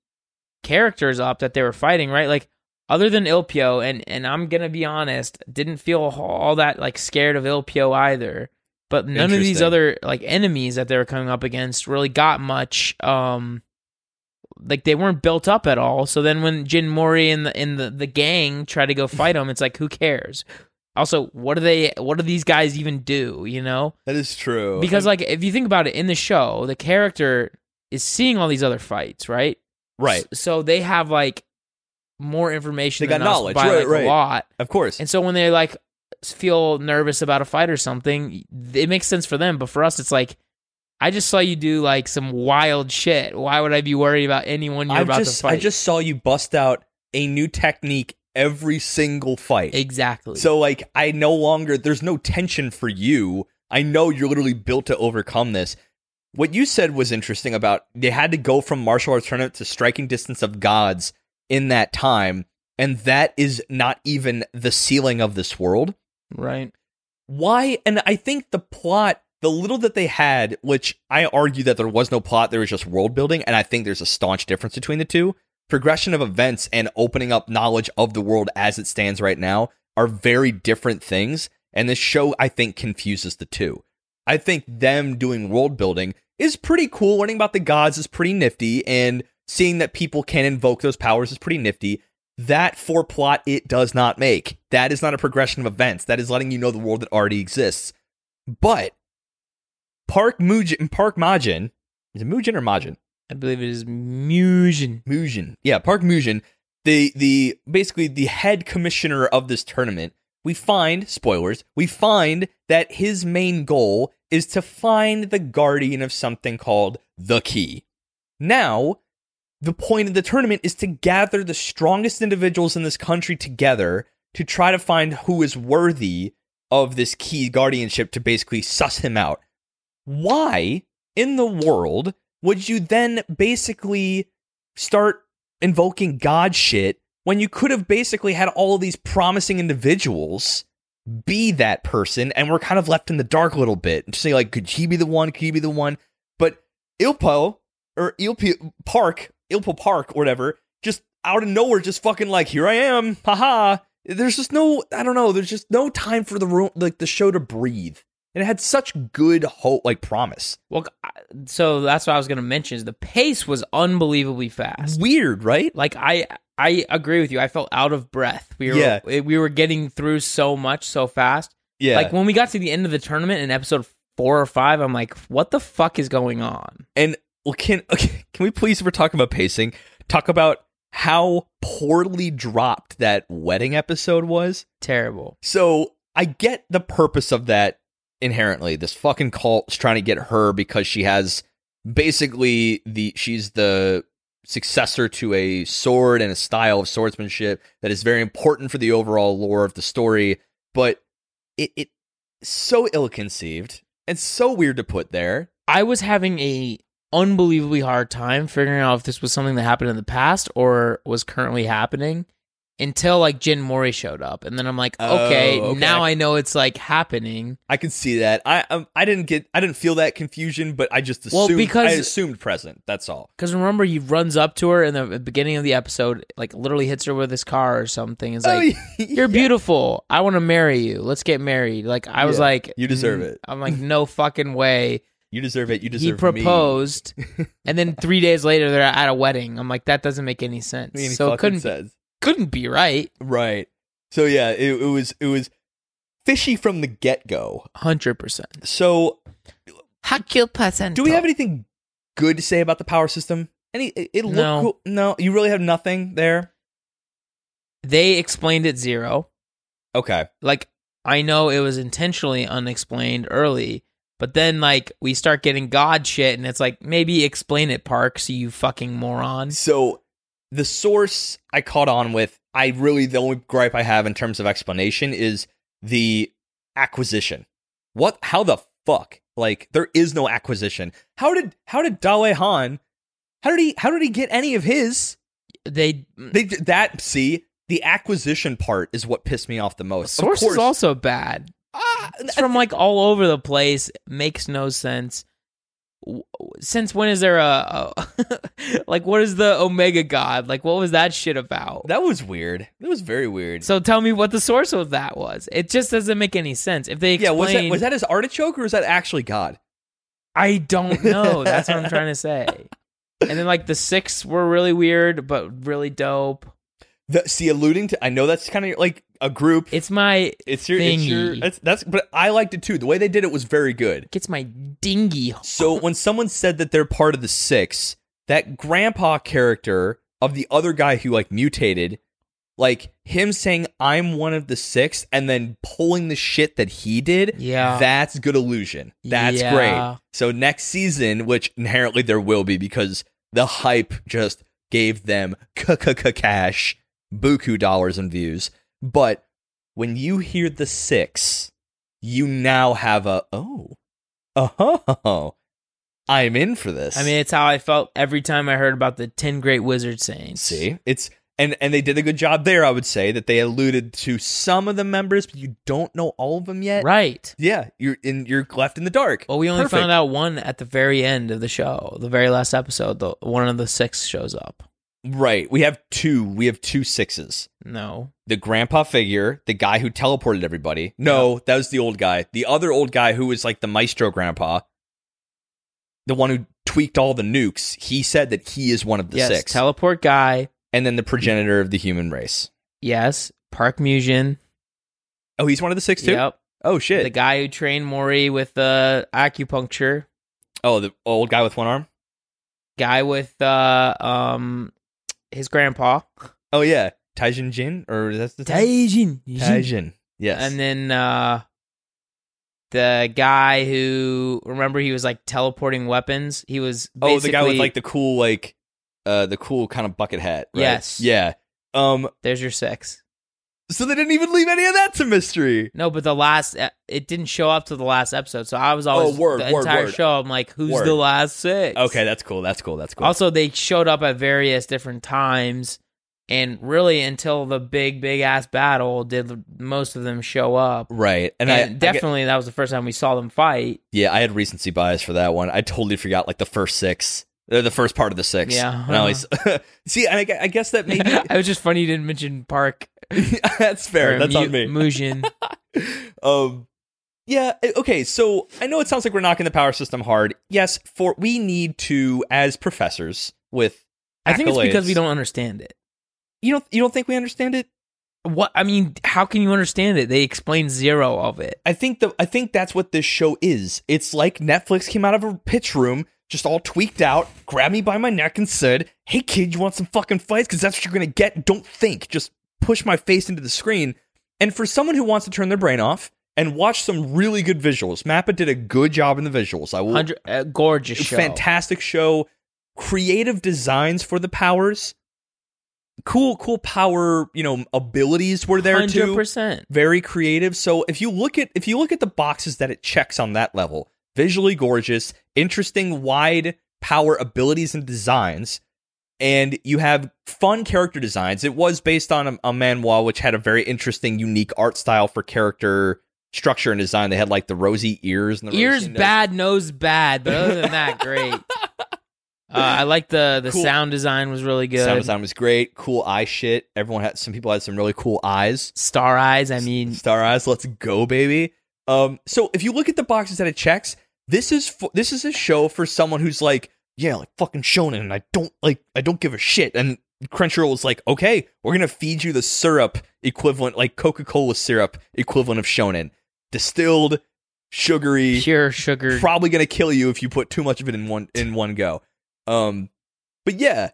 [SPEAKER 1] characters up that they were fighting, right? Like other than Ilpio, and and I'm gonna be honest, didn't feel all that like scared of Ilpio either. But none of these
[SPEAKER 2] Interesting.
[SPEAKER 1] other like enemies that they were coming up against really got much. Um, like they weren't built up at all. So then when Jin Mori and the and the, the gang try to go fight them, it's like who cares? Also, what do they? What do these guys even do? You know?
[SPEAKER 2] That is true.
[SPEAKER 1] because
[SPEAKER 2] And-
[SPEAKER 1] like if you think about it in the show the character is seeing all these other fights right
[SPEAKER 2] right.
[SPEAKER 1] S- so they have like more information
[SPEAKER 2] They got
[SPEAKER 1] than us
[SPEAKER 2] knowledge,
[SPEAKER 1] by,
[SPEAKER 2] right,
[SPEAKER 1] like,
[SPEAKER 2] right.
[SPEAKER 1] a lot
[SPEAKER 2] Of course.
[SPEAKER 1] and so when they like s- feel nervous about a fight or something it makes sense for them but for us it's like i just saw you do like some wild shit why would i be worried about anyone you're
[SPEAKER 2] I
[SPEAKER 1] about
[SPEAKER 2] just
[SPEAKER 1] to fight
[SPEAKER 2] I just saw you bust out a new technique every single fight.
[SPEAKER 1] Exactly.
[SPEAKER 2] So like I no longer there's no tension for you. I know you're literally built to overcome this. What you said was interesting about they had to go from martial arts tournament to striking distance of gods in that time, and that is not even the ceiling of this world.
[SPEAKER 1] right.
[SPEAKER 2] Why? And I think the plot, the little that they had, which I argue that there was no plot, there was just world building, and I think there's a staunch difference between the two. Progression of events and opening up knowledge of the world as it stands right now are very different things, and this show I think confuses the two. I think them doing world building is pretty cool. Learning about the gods is pretty nifty, and seeing that people can invoke those powers is pretty nifty. That for plot it does not make. That is not a progression of events. That is letting you know the world that already exists. But Park Mujin, Park Majin, is it Mujin or Majin?
[SPEAKER 1] I believe it is Mugen.
[SPEAKER 2] Mujin. Yeah, Park Mujin, the the basically the head commissioner of this tournament. We find spoilers. We find that his main goal is to find the guardian of something called the key. Now, the point of the tournament is to gather the strongest individuals in this country together to try to find who is worthy of this key guardianship to basically suss him out. Why in the world would you then basically start invoking God shit when you could have basically had all of these promising individuals be that person and we're kind of left in the dark a little bit and say like could he be the one could he be the one but ilpo or ilpo park ilpo park or whatever just out of nowhere just fucking like here i am haha there's just no i don't know there's just no time for the room like the show to breathe and it had such good hope like promise
[SPEAKER 1] Well, I- so that's what I was going to mention is the pace was unbelievably fast.
[SPEAKER 2] weird right
[SPEAKER 1] Like I I agree with you. I felt out of breath. We were
[SPEAKER 2] Yeah.
[SPEAKER 1] we were getting through so much so fast.
[SPEAKER 2] yeah
[SPEAKER 1] Like when we got to the end of the tournament in episode 4 or 5, I'm like, "What the fuck is going on?"
[SPEAKER 2] And well, can okay, can we please, if we're talking about pacing, talk about how poorly dropped that wedding episode was?
[SPEAKER 1] Terrible.
[SPEAKER 2] So I get the purpose of that inherently. This fucking cult's trying to get her because she has basically the she's the successor to a sword and a style of swordsmanship that is very important for the overall lore of the story. But it it so ill conceived and so weird to put there.
[SPEAKER 1] I was having a unbelievably hard time figuring out if this was something that happened in the past or was currently happening until like Jin Mori showed up and then I'm like,
[SPEAKER 2] Oh,
[SPEAKER 1] "Okay,
[SPEAKER 2] okay.
[SPEAKER 1] now I know it's like happening."
[SPEAKER 2] I can see that. I um, I didn't get I didn't feel that confusion, but I just assumed
[SPEAKER 1] Well, because-
[SPEAKER 2] I assumed present. That's all.
[SPEAKER 1] Because remember, he runs up to her in the beginning of the episode, like literally hits her with his car or something.
[SPEAKER 2] Oh,
[SPEAKER 1] It's like,
[SPEAKER 2] yeah.
[SPEAKER 1] "You're beautiful. I want to marry you. Let's get married." Like I was
[SPEAKER 2] Yeah,
[SPEAKER 1] like, "Mm,
[SPEAKER 2] you deserve it.
[SPEAKER 1] I'm like, "No fucking way."
[SPEAKER 2] You deserve it. You deserve
[SPEAKER 1] he proposed, and then three days later, they're at a wedding. I'm like, that doesn't make any sense.
[SPEAKER 2] Me.
[SPEAKER 1] so it couldn't be,
[SPEAKER 2] says.
[SPEAKER 1] couldn't be right.
[SPEAKER 2] right. So yeah, it, it was it was fishy from the get go.
[SPEAKER 1] Hundred percent.
[SPEAKER 2] So
[SPEAKER 1] Hundred percent.
[SPEAKER 2] do we have anything good to say about the power system? Any it, it looked
[SPEAKER 1] No.
[SPEAKER 2] cool. No, you really have nothing there.
[SPEAKER 1] They explained it zero.
[SPEAKER 2] Okay.
[SPEAKER 1] Like I know it was intentionally unexplained early, but then like we start getting God shit, and it's like maybe explain it, Parks, you fucking moron.
[SPEAKER 2] So the source I caught on with, I really the only gripe I have in terms of explanation is the acquisition. What how the fuck? Like there is no acquisition. How did how did Dale Han how did he how did he get any of his?
[SPEAKER 1] They
[SPEAKER 2] They that see the acquisition part is what pissed me off the most. Of
[SPEAKER 1] source
[SPEAKER 2] course-
[SPEAKER 1] is also bad.
[SPEAKER 2] Ah,
[SPEAKER 1] It's from like all over the place. Makes no sense. W- Since when is there a, a like what is the Omega God? Like what was that shit about?
[SPEAKER 2] that was weird. That was very weird.
[SPEAKER 1] So tell me what the source of that was. It just doesn't make any sense. If they
[SPEAKER 2] yeah,
[SPEAKER 1] explain,
[SPEAKER 2] was that was that his artichoke or was that actually God?
[SPEAKER 1] I don't know. That's what I'm trying to say. And then like the six were really weird, but really dope.
[SPEAKER 2] The, see, alluding to I know that's kind of like a group
[SPEAKER 1] It's my
[SPEAKER 2] It's your, it's your
[SPEAKER 1] thingy.
[SPEAKER 2] that's, that's but I liked it too. The way they did it was very good.
[SPEAKER 1] gets my dingy.
[SPEAKER 2] So when someone said that they're part of the six, that grandpa character of the other guy who like mutated, like him saying I'm one of the six and then pulling the shit that he did,
[SPEAKER 1] Yeah.
[SPEAKER 2] that's good illusion. That's
[SPEAKER 1] Yeah.
[SPEAKER 2] great. So next season, which inherently there will be because the hype just gave them cash. buku dollars in views. But when you hear the six, you now have a oh, oh, I'm in for this.
[SPEAKER 1] I mean, it's how I felt every time I heard about the ten great wizard sayings.
[SPEAKER 2] see, it's and and they did a good job there. I would say that they alluded to some of the members, but you don't know all of them yet.
[SPEAKER 1] right?
[SPEAKER 2] Yeah, you're in. You're left in the dark.
[SPEAKER 1] Well, we only
[SPEAKER 2] Perfect.
[SPEAKER 1] found out one at the very end of the show, the very last episode. The one of the six shows up.
[SPEAKER 2] Right. We have two. We have two sixes.
[SPEAKER 1] No,
[SPEAKER 2] the grandpa figure, the guy who teleported everybody. No, that was the old guy. The other old guy who was like the maestro grandpa, the one who tweaked all the nukes. He said that he is one of the
[SPEAKER 1] yes,
[SPEAKER 2] six.
[SPEAKER 1] teleport guy.
[SPEAKER 2] and then the progenitor of the human race.
[SPEAKER 1] Yes, Park Musion.
[SPEAKER 2] Oh, he's one of the six too.
[SPEAKER 1] Yep,
[SPEAKER 2] Oh
[SPEAKER 1] the
[SPEAKER 2] shit.
[SPEAKER 1] guy who trained Mori with the acupuncture
[SPEAKER 2] oh, the old guy with one arm.
[SPEAKER 1] guy with uh um his grandpa.
[SPEAKER 2] Oh yeah, Taijin Jin, or that's the thing?
[SPEAKER 1] Taijin.
[SPEAKER 2] Taijin. Yes.
[SPEAKER 1] And then uh the guy who remember he was like teleporting weapons. He was
[SPEAKER 2] oh, the guy with
[SPEAKER 1] basically-
[SPEAKER 2] like the cool like, uh, the cool kind of bucket hat. Right?
[SPEAKER 1] Yes.
[SPEAKER 2] Yeah. Um.
[SPEAKER 1] there's your six.
[SPEAKER 2] So they didn't even leave any of that to mystery.
[SPEAKER 1] No, but the last e- it didn't show up to the last episode, so I was always
[SPEAKER 2] Oh, word,
[SPEAKER 1] the
[SPEAKER 2] word,
[SPEAKER 1] entire
[SPEAKER 2] word.
[SPEAKER 1] show. I'm like, who's
[SPEAKER 2] Word.
[SPEAKER 1] the last six?
[SPEAKER 2] Okay, that's cool. That's cool. That's cool.
[SPEAKER 1] Also, they showed up at various different times, and really until the big, big ass battle, did most of them show up.
[SPEAKER 2] Right. And,
[SPEAKER 1] And,
[SPEAKER 2] I definitely
[SPEAKER 1] definitely, that was the first time we saw them fight.
[SPEAKER 2] Yeah, I had recency bias for that one. I totally forgot like the first six. They're the first part of the six.
[SPEAKER 1] Yeah.
[SPEAKER 2] And I always See, and I, gu- I guess that maybe
[SPEAKER 1] it was just funny you didn't mention Park.
[SPEAKER 2] that's fair.
[SPEAKER 1] or
[SPEAKER 2] That's on
[SPEAKER 1] Mu-
[SPEAKER 2] me.
[SPEAKER 1] Mugen.
[SPEAKER 2] um yeah, eh, okay, so I know it sounds like we're knocking the power system hard. Yes, for we need to as professors with
[SPEAKER 1] I think it's because
[SPEAKER 2] accolades.
[SPEAKER 1] we don't understand it.
[SPEAKER 2] You don't you don't think we understand it?
[SPEAKER 1] What I mean, how can you understand it? They explain zero of it.
[SPEAKER 2] I think the I think that's what this show is. It's like Netflix came out of a pitch room, just all tweaked out, grabbed me by my neck and said, "Hey kid, you want some fucking fights? Because that's what you're gonna get. Don't think. Just push my face into the screen." And for someone who wants to turn their brain off and watch some really good visuals, Mappa did a good job in the visuals. I will
[SPEAKER 1] Hundred, uh, gorgeous show.
[SPEAKER 2] fantastic show creative designs for the powers cool cool power you know abilities were there too
[SPEAKER 1] 100%.
[SPEAKER 2] very creative. So if you look at if you look at the boxes that it checks on that level, visually gorgeous, interesting wide power abilities and designs, and you have fun character designs. It was based on a, a manhwa which had a very interesting unique art style for character structure and design. They had like the rosy ears and the
[SPEAKER 1] Ears
[SPEAKER 2] rosy nose.
[SPEAKER 1] bad, nose bad, but other than that, great. Uh, I like the the
[SPEAKER 2] Cool.
[SPEAKER 1] sound design was really good.
[SPEAKER 2] Sound design was great. Cool eye shit. Everyone had some people had some really cool eyes.
[SPEAKER 1] Star eyes. I mean,
[SPEAKER 2] Star Eyes, let's go, baby. Um, so if you look at the boxes that it checks, this is for, this is a show for someone who's like, yeah, like fucking shonen, and I don't like, I don't give a shit. And Crunchyroll is like, okay, we're gonna feed you the syrup equivalent, like Coca Cola syrup equivalent of shonen, distilled, sugary,
[SPEAKER 1] pure sugar.
[SPEAKER 2] probably gonna kill you if you put too much of it in one in one go. Um, but yeah,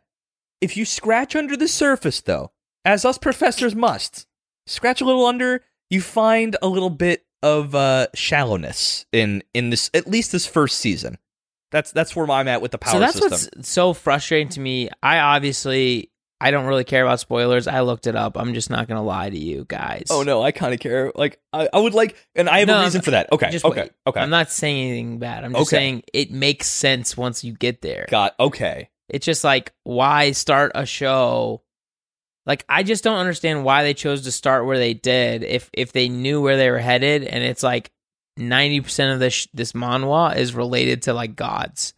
[SPEAKER 2] if you scratch under the surface, though, as us professors must, scratch a little under, you find a little bit of uh, shallowness in in this at least this first season. That's that's where I'm at with the power
[SPEAKER 1] so that's
[SPEAKER 2] system.
[SPEAKER 1] what's so frustrating to me. I obviously I don't really care about spoilers. I looked it up. I'm just not gonna lie to you guys.
[SPEAKER 2] Oh no, I kind of care. Like I, I would like, and I have
[SPEAKER 1] No,
[SPEAKER 2] a reason for that. Okay,
[SPEAKER 1] just
[SPEAKER 2] okay,
[SPEAKER 1] wait.
[SPEAKER 2] okay.
[SPEAKER 1] I'm not saying anything bad. I'm just
[SPEAKER 2] Okay.
[SPEAKER 1] saying it makes sense once you get there.
[SPEAKER 2] Got okay.
[SPEAKER 1] It's just like why start a show? Like I just don't understand why they chose to start where they did if if they knew where they were headed and it's like 90% of this sh- this manhwa is related to like gods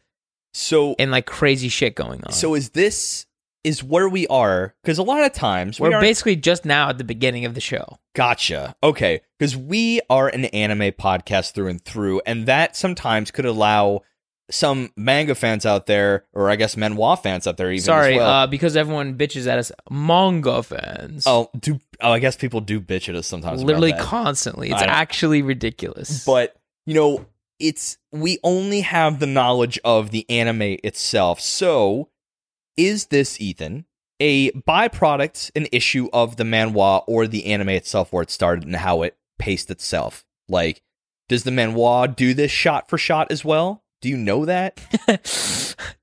[SPEAKER 2] So
[SPEAKER 1] and uh, like crazy shit going on.
[SPEAKER 2] so is this is where we are? Because a lot of times we
[SPEAKER 1] we're
[SPEAKER 2] aren't-
[SPEAKER 1] basically just now at the beginning of the show.
[SPEAKER 2] Gotcha. Okay. Because we are an anime podcast through and through, and that sometimes could allow some manga fans out there, or I guess manhwa fans out there, even.
[SPEAKER 1] Sorry,
[SPEAKER 2] as well.
[SPEAKER 1] uh, because everyone bitches at us manga fans.
[SPEAKER 2] oh, do oh, I guess people do bitch at us sometimes. about
[SPEAKER 1] literally
[SPEAKER 2] that.
[SPEAKER 1] constantly. It's
[SPEAKER 2] I know.
[SPEAKER 1] actually ridiculous.
[SPEAKER 2] but you know, it's we only have the knowledge of the anime itself. So, is this Ethan a byproduct, an issue of the manhwa or the anime itself, where it started and how it paced itself? Like, does the manhwa do this shot for shot as well? Do you know that?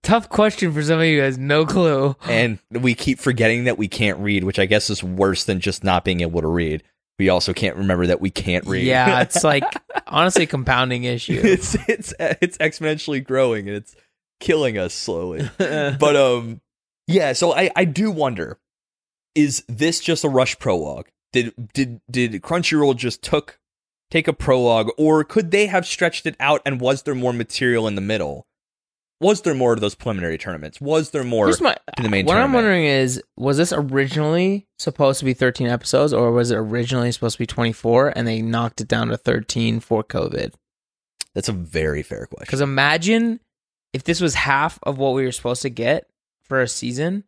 [SPEAKER 1] Tough question for somebody who has no clue.
[SPEAKER 2] And we keep forgetting that we can't read, which I guess is worse than just not being able to read. We also can't remember that we can't read.
[SPEAKER 1] Yeah, it's like honestly a compounding issue.
[SPEAKER 2] it's it's it's exponentially growing and it's killing us slowly. but um yeah, so I I do wonder is this just a rush prologue? Did did did Crunchyroll just took take a prologue or could they have stretched it out and was there more material in the middle? Was there more to those preliminary tournaments? Was there more
[SPEAKER 1] Here's my-
[SPEAKER 2] to the main
[SPEAKER 1] what I'm
[SPEAKER 2] tournament?
[SPEAKER 1] wondering is, was this originally supposed to be 13 episodes, or was it originally supposed to be 24, and they knocked it down to 13 for COVID?
[SPEAKER 2] That's a very fair question.
[SPEAKER 1] Because imagine if this was half of what we were supposed to get for a season,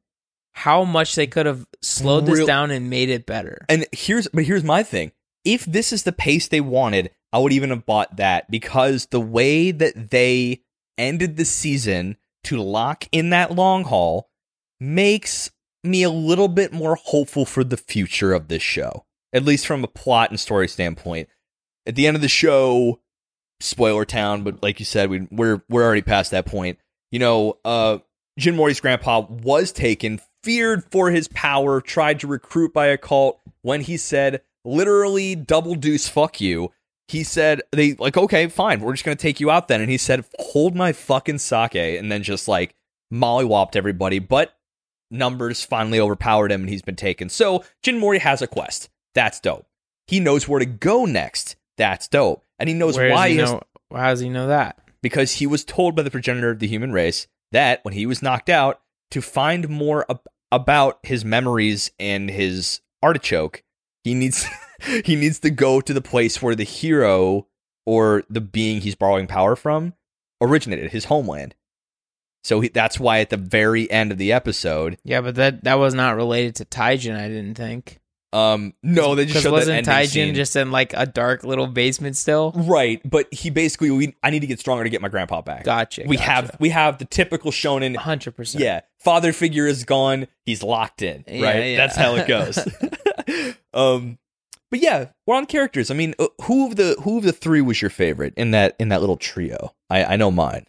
[SPEAKER 1] how much they could have slowed this
[SPEAKER 2] Real-
[SPEAKER 1] down and made it better.
[SPEAKER 2] And here's but here's my thing. If this is the pace they wanted, I would even have bought that because the way that they ended the season to lock in that long haul makes me a little bit more hopeful for the future of this show. At least from a plot and story standpoint. At the end of the show, spoiler town, but like you said, we we're we're already past that point. You know, uh Jin Mori's grandpa was taken, feared for his power, tried to recruit by a cult. When he said, literally, double deuce, fuck you, he said, they like, okay, fine, we're just going to take you out then. And he said, hold my fucking sake. And then just like mollywopped everybody. But numbers finally overpowered him and he's been taken. So Jin Mori has a quest. That's dope. He knows where to go next. That's dope. And he knows
[SPEAKER 1] Where does
[SPEAKER 2] why
[SPEAKER 1] he
[SPEAKER 2] he has
[SPEAKER 1] know, how does he know that?
[SPEAKER 2] because he was told by the progenitor of the human race that when he was knocked out, to find more ab- about his memories and his artichoke, he needs he needs to go to the place where the hero or the being he's borrowing power from originated, his homeland. So he, that's why at the very end of the episode,
[SPEAKER 1] Yeah, but that that was not related to Taijin, I didn't think.
[SPEAKER 2] um, no, they just
[SPEAKER 1] 'Cause
[SPEAKER 2] showed that
[SPEAKER 1] wasn't
[SPEAKER 2] ending
[SPEAKER 1] Taijin
[SPEAKER 2] scene.
[SPEAKER 1] just in like a dark little basement still?
[SPEAKER 2] right, but he basically, we, I need to get stronger to get my grandpa back.
[SPEAKER 1] Gotcha.
[SPEAKER 2] we have we have the typical shonen
[SPEAKER 1] 100. percent
[SPEAKER 2] Yeah, father figure is gone. He's locked in.
[SPEAKER 1] Yeah,
[SPEAKER 2] right.
[SPEAKER 1] yeah.
[SPEAKER 2] That's how it goes. um, but yeah, we're on characters. I mean, uh, who of the who of the three was your favorite in that in that little trio? I I know mine.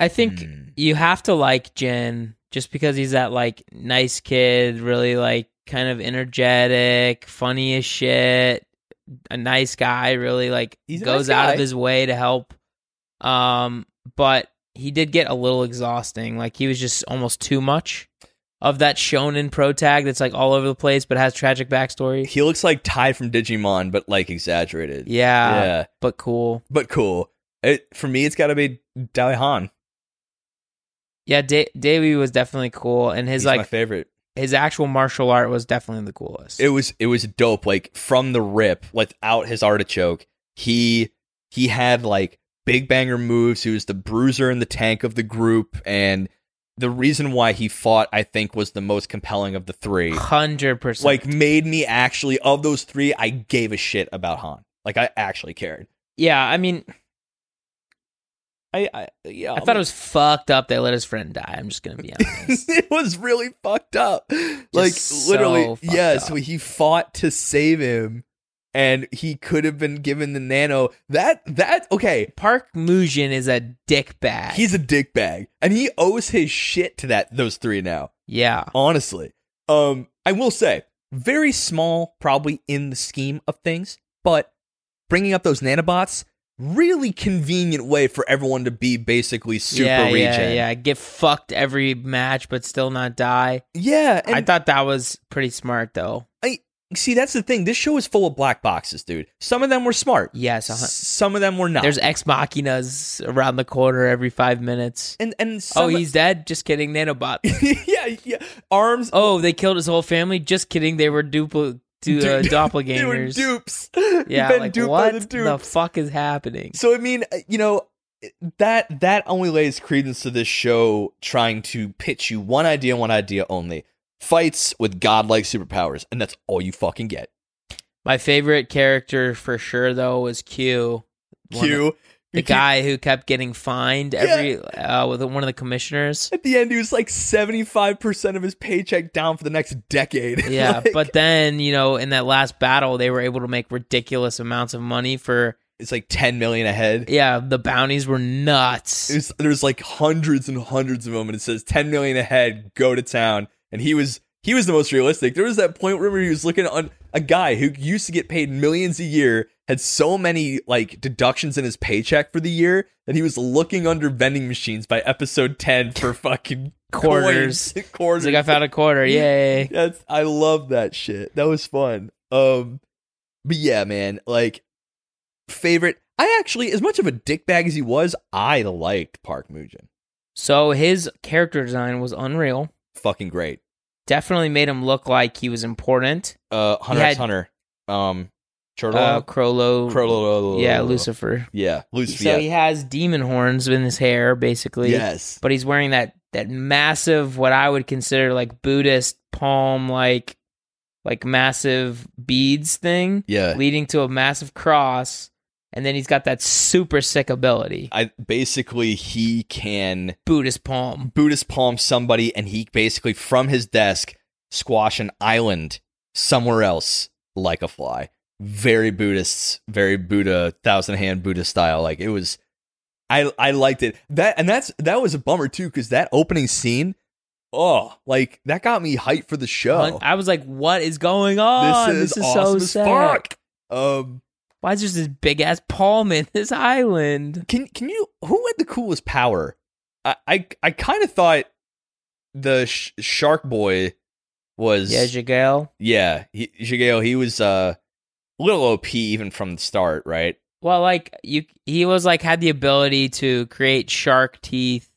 [SPEAKER 1] I think
[SPEAKER 2] Hmm.
[SPEAKER 1] you have to like Jin just because he's that like nice kid, really like kind of energetic, funny as shit, a nice guy, really like
[SPEAKER 2] He's a
[SPEAKER 1] goes
[SPEAKER 2] nice
[SPEAKER 1] out of
[SPEAKER 2] guy.
[SPEAKER 1] his way to help. Um, but he did get a little exhausting. Like he was just almost too much of that shonen pro tag that's like all over the place but has tragic backstory.
[SPEAKER 2] He looks like Ty from Digimon, but like exaggerated.
[SPEAKER 1] Yeah,
[SPEAKER 2] yeah,
[SPEAKER 1] but cool.
[SPEAKER 2] but cool. It, for me, it's got to be Dai Han.
[SPEAKER 1] Yeah, De- Davey was definitely cool and his
[SPEAKER 2] He's my
[SPEAKER 1] like
[SPEAKER 2] favorite.
[SPEAKER 1] his actual martial art was definitely the coolest.
[SPEAKER 2] It was it was dope. Like from the rip, without his artichoke, he he had like big banger moves. He was the bruiser and the tank of the group, and the reason why he fought, I think, was the most compelling of the three.
[SPEAKER 1] Hundred percent.
[SPEAKER 2] Like made me actually of those three, I gave a shit about Han. Like I actually cared.
[SPEAKER 1] yeah, I mean,
[SPEAKER 2] I, I yeah.
[SPEAKER 1] I thought it was fucked up they let his friend die. I'm just gonna be honest.
[SPEAKER 2] it was really fucked up. like
[SPEAKER 1] so
[SPEAKER 2] literally,
[SPEAKER 1] fucked
[SPEAKER 2] yeah.
[SPEAKER 1] up.
[SPEAKER 2] So he fought to save him, and he could have been given the nano. That that okay.
[SPEAKER 1] Park Mujin is a dickbag.
[SPEAKER 2] He's a dick bag, and he owes his shit to that those three now.
[SPEAKER 1] yeah,
[SPEAKER 2] Honestly, um, I will say very small, probably in the scheme of things, but bringing up those nanobots really convenient way for everyone to be basically super
[SPEAKER 1] yeah,
[SPEAKER 2] regen.
[SPEAKER 1] yeah, yeah. Get fucked every match, but still not die.
[SPEAKER 2] Yeah, and
[SPEAKER 1] I thought that was pretty smart, though.
[SPEAKER 2] see that's the thing. This show is full of black boxes, dude. Some of them were smart.
[SPEAKER 1] Yes, a hun-
[SPEAKER 2] S- Some of them were not.
[SPEAKER 1] there's ex machinas around the corner every five minutes.
[SPEAKER 2] and and some,
[SPEAKER 1] Oh, he's dead. Just kidding, nanobot.
[SPEAKER 2] yeah yeah arms
[SPEAKER 1] oh, they killed his whole family. Just kidding. They were dupli- du- uh,
[SPEAKER 2] Dude,
[SPEAKER 1] doppelgangers.
[SPEAKER 2] they were dupes.
[SPEAKER 1] Yeah,
[SPEAKER 2] Been
[SPEAKER 1] like
[SPEAKER 2] duped by
[SPEAKER 1] what
[SPEAKER 2] the
[SPEAKER 1] the,
[SPEAKER 2] dupes.
[SPEAKER 1] fuck is happening?
[SPEAKER 2] So I mean, uh, you know, that that only lays credence to this show trying to pitch you one idea, one idea only. Fights with godlike superpowers, and that's all you fucking get.
[SPEAKER 1] My favorite character for sure though was Q. One of-
[SPEAKER 2] Q.
[SPEAKER 1] the
[SPEAKER 2] Q-
[SPEAKER 1] guy who kept getting fined every uh, with one of the commissioners.
[SPEAKER 2] at the end, he was like seventy five percent of his paycheck down for the next decade.
[SPEAKER 1] Yeah,
[SPEAKER 2] Like,
[SPEAKER 1] but then you know in that last battle they were able to make ridiculous amounts of money for
[SPEAKER 2] It's like 10 million ahead.
[SPEAKER 1] Yeah, the bounties were nuts.
[SPEAKER 2] It's, there's like hundreds and hundreds of them, and it says 10 million ahead, go to town. And he was he was the most realistic. There was that point where he was looking on a guy who used to get paid millions a year, had so many like deductions in his paycheck for the year that he was looking under vending machines by episode 10 for fucking
[SPEAKER 1] Quarters.
[SPEAKER 2] coins.
[SPEAKER 1] It's
[SPEAKER 2] quarters.
[SPEAKER 1] like I found a quarter. Yay.
[SPEAKER 2] That's I love that shit. That was fun. Um but yeah, man, like favorite I actually as much of a dickbag as he was, I liked Park Mujin.
[SPEAKER 1] So his character design was unreal.
[SPEAKER 2] Fucking great.
[SPEAKER 1] Definitely made him look like he was important.
[SPEAKER 2] Uh Hunter
[SPEAKER 1] He
[SPEAKER 2] x
[SPEAKER 1] had-
[SPEAKER 2] Hunter. Um
[SPEAKER 1] Uh,
[SPEAKER 2] Turtle.
[SPEAKER 1] Crollo.
[SPEAKER 2] Crollo.
[SPEAKER 1] Yeah, Lucifer.
[SPEAKER 2] Yeah, Lucifer.
[SPEAKER 1] So
[SPEAKER 2] yeah.
[SPEAKER 1] he has demon horns in his hair, basically.
[SPEAKER 2] Yes.
[SPEAKER 1] But he's wearing that that massive, what I would consider like Buddhist palm, like like massive beads thing,
[SPEAKER 2] Yeah.
[SPEAKER 1] leading to a massive cross. And then he's got that super sick ability,
[SPEAKER 2] I basically he can
[SPEAKER 1] Buddhist palm.
[SPEAKER 2] Buddhist palm somebody and he basically from his desk squash an island somewhere else like a fly. Very Buddhists, very Buddha, thousand hand Buddha style. Like it was I I liked it. That and that's that was a bummer too, because that opening scene, oh, like that got me hyped for the show.
[SPEAKER 1] I was like, "What is going on? This is, so
[SPEAKER 2] awesome as
[SPEAKER 1] sick.
[SPEAKER 2] fuck. Um
[SPEAKER 1] Why is there this big ass palm in this island?"
[SPEAKER 2] Can can you who had the coolest power? I I, I kind of thought the sh- Shark Boy was
[SPEAKER 1] Yeah, Jigel.
[SPEAKER 2] yeah he, Jigeo he was uh, a little OP even from the start, right?
[SPEAKER 1] Well, like you, he was like had the ability to create shark teeth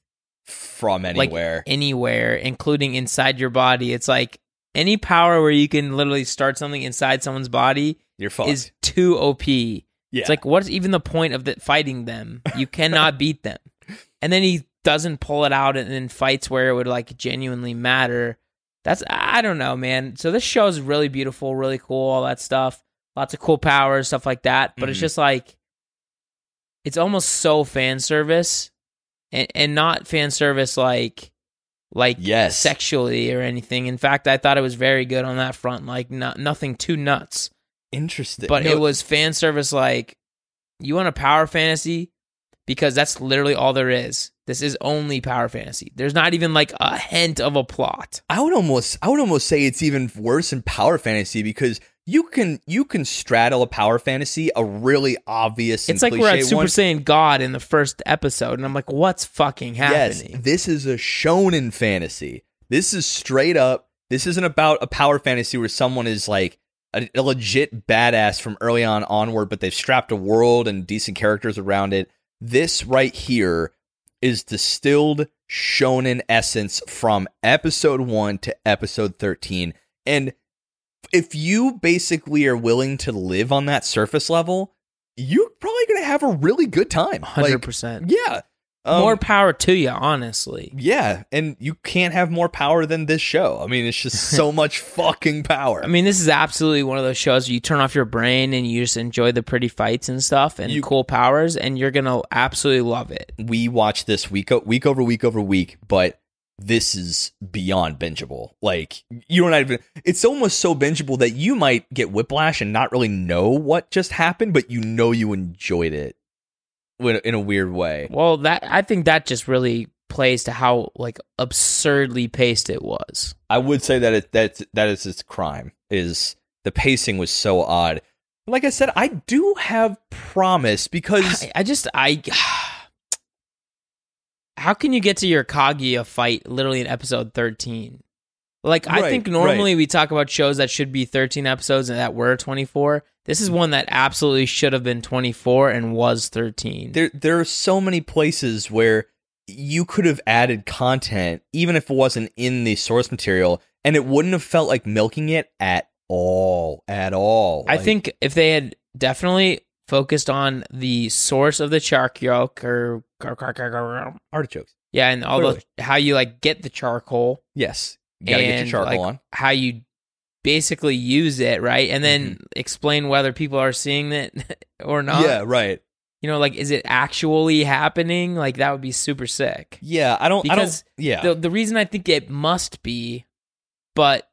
[SPEAKER 2] From
[SPEAKER 1] Like,
[SPEAKER 2] anywhere,
[SPEAKER 1] anywhere, including inside your body. It's like any power where you can literally start something inside someone's body
[SPEAKER 2] you're fucked.
[SPEAKER 1] is too OP.
[SPEAKER 2] yeah,
[SPEAKER 1] It's like what's even the point of the, fighting them? You cannot beat them. And then he doesn't pull it out and then fights where it would like genuinely matter. That's I don't know, man. So this show is really beautiful, really cool, all that stuff. Lots of cool powers, stuff like that. But it's
[SPEAKER 2] Mhm.
[SPEAKER 1] just like it's almost so fan service and, and not fan service like like
[SPEAKER 2] yes,
[SPEAKER 1] sexually or anything. In fact, I thought it was very good on that front. Like not nothing too nuts.
[SPEAKER 2] interesting.
[SPEAKER 1] But
[SPEAKER 2] No,
[SPEAKER 1] it was fan service like you want a power fantasy because that's literally all there is. This is only power fantasy. There's not even like a hint of a plot.
[SPEAKER 2] I would almost I would almost say it's even worse in power fantasy because you can you can straddle a power fantasy a really obvious. and
[SPEAKER 1] it's like we're at
[SPEAKER 2] cliche
[SPEAKER 1] Super
[SPEAKER 2] one.
[SPEAKER 1] Saiyan God in the first episode, and I'm like, what's fucking happening?
[SPEAKER 2] Yes, this is a shonen fantasy. This is straight up. This isn't about a power fantasy where someone is like a, a legit badass from early on onward, but they've strapped a world and decent characters around it. This right here is distilled shonen essence from episode 1 to episode 13. And if you basically are willing to live on that surface level, you're probably going to have a really good time. Like,
[SPEAKER 1] 100%.
[SPEAKER 2] yeah. Um,
[SPEAKER 1] More power to you, honestly.
[SPEAKER 2] yeah, and you can't have more power than this show. I mean, it's just so much fucking power.
[SPEAKER 1] I mean, this is absolutely one of those shows where you turn off your brain and you just enjoy the pretty fights and stuff and
[SPEAKER 2] You-
[SPEAKER 1] cool powers, and you're going to absolutely love it.
[SPEAKER 2] we watch this week o- week over week over week, but this is beyond bingeable. Like you don't even it's almost so bingeable that you might get whiplash and not really know what just happened, but you know you enjoyed it in in a weird way.
[SPEAKER 1] Well, that I think that just really plays to how like absurdly paced it was.
[SPEAKER 2] I would say that it that that is its crime is the pacing was so odd. Like I said, I do have promise because
[SPEAKER 1] I, I just I How can you get to your Kaguya fight literally in episode 13? Like I
[SPEAKER 2] Right,
[SPEAKER 1] think normally we talk about shows that should be 13 episodes and that were 24. This is one that absolutely should have been 24 and was 13.
[SPEAKER 2] there there are so many places where you could have added content even if it wasn't in the source material and it wouldn't have felt like milking it at all at all
[SPEAKER 1] I
[SPEAKER 2] Like,
[SPEAKER 1] think if they had definitely focused on the source of the Chakryoke or
[SPEAKER 2] artichokes
[SPEAKER 1] Yeah, and all
[SPEAKER 2] Clearly.
[SPEAKER 1] the how you like get the charcoal,
[SPEAKER 2] yes you gotta get your
[SPEAKER 1] And, like,
[SPEAKER 2] charcoal on
[SPEAKER 1] how you basically use it, right? And then explain whether people are seeing it or not.
[SPEAKER 2] yeah right
[SPEAKER 1] You know, like is it actually happening? Like that would be super sick.
[SPEAKER 2] yeah i don't
[SPEAKER 1] Because
[SPEAKER 2] i don't yeah
[SPEAKER 1] The the reason I think it must be but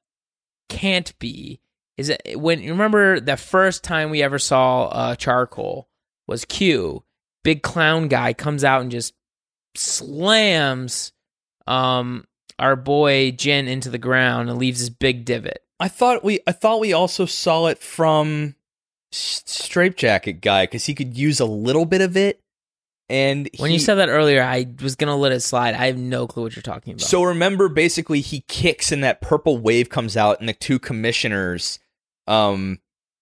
[SPEAKER 1] can't be is that when you remember the first time we ever saw uh charcoal was Q. Big clown guy comes out and just slams um our boy Jin into the ground and leaves this big divot.
[SPEAKER 2] I thought we I thought we also saw it from S- Straightjacket guy because he could use a little bit of it. And
[SPEAKER 1] When
[SPEAKER 2] he,
[SPEAKER 1] you said that earlier, I was gonna let it slide. I have no clue what you're talking about.
[SPEAKER 2] so, remember basically he kicks and that purple wave comes out and the two commissioners, um,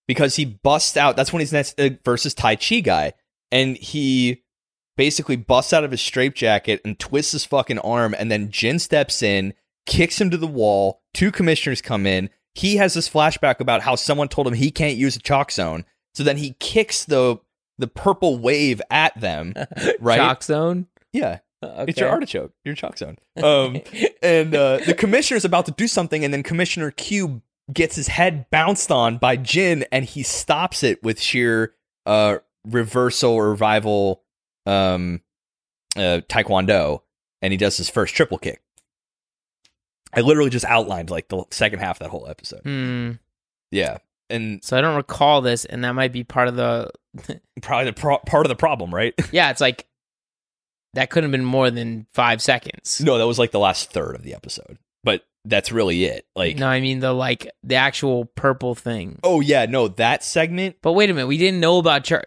[SPEAKER 2] because he busts out. That's when he's next uh, versus Tai Chi guy, and he basically busts out of his straitjacket and twists his fucking arm, and then Jin steps in, kicks him to the wall. Two commissioners come in. He has this flashback about how someone told him he can't use a chalk zone. So then he kicks the the purple wave at them, right?
[SPEAKER 1] Chalk zone.
[SPEAKER 2] Yeah.
[SPEAKER 1] Okay.
[SPEAKER 2] It's your artichoke, your chalk zone. Um, and uh, the commissioner's about to do something, and then Commissioner Q gets his head bounced on by Jin, and he stops it with sheer uh, reversal or revival um, uh, taekwondo, and he does his first triple kick. I literally just outlined like the second half of that whole episode.
[SPEAKER 1] Hmm.
[SPEAKER 2] Yeah, and
[SPEAKER 1] So I don't recall this, and that might be part of the.
[SPEAKER 2] probably the pro- part of the problem, right?
[SPEAKER 1] Yeah, it's like that could have been more than five seconds.
[SPEAKER 2] no, that was like the last third of the episode, but that's really it. Like,
[SPEAKER 1] no, I mean the like the actual purple thing.
[SPEAKER 2] oh yeah, no, that segment
[SPEAKER 1] But wait a minute, we didn't know about char-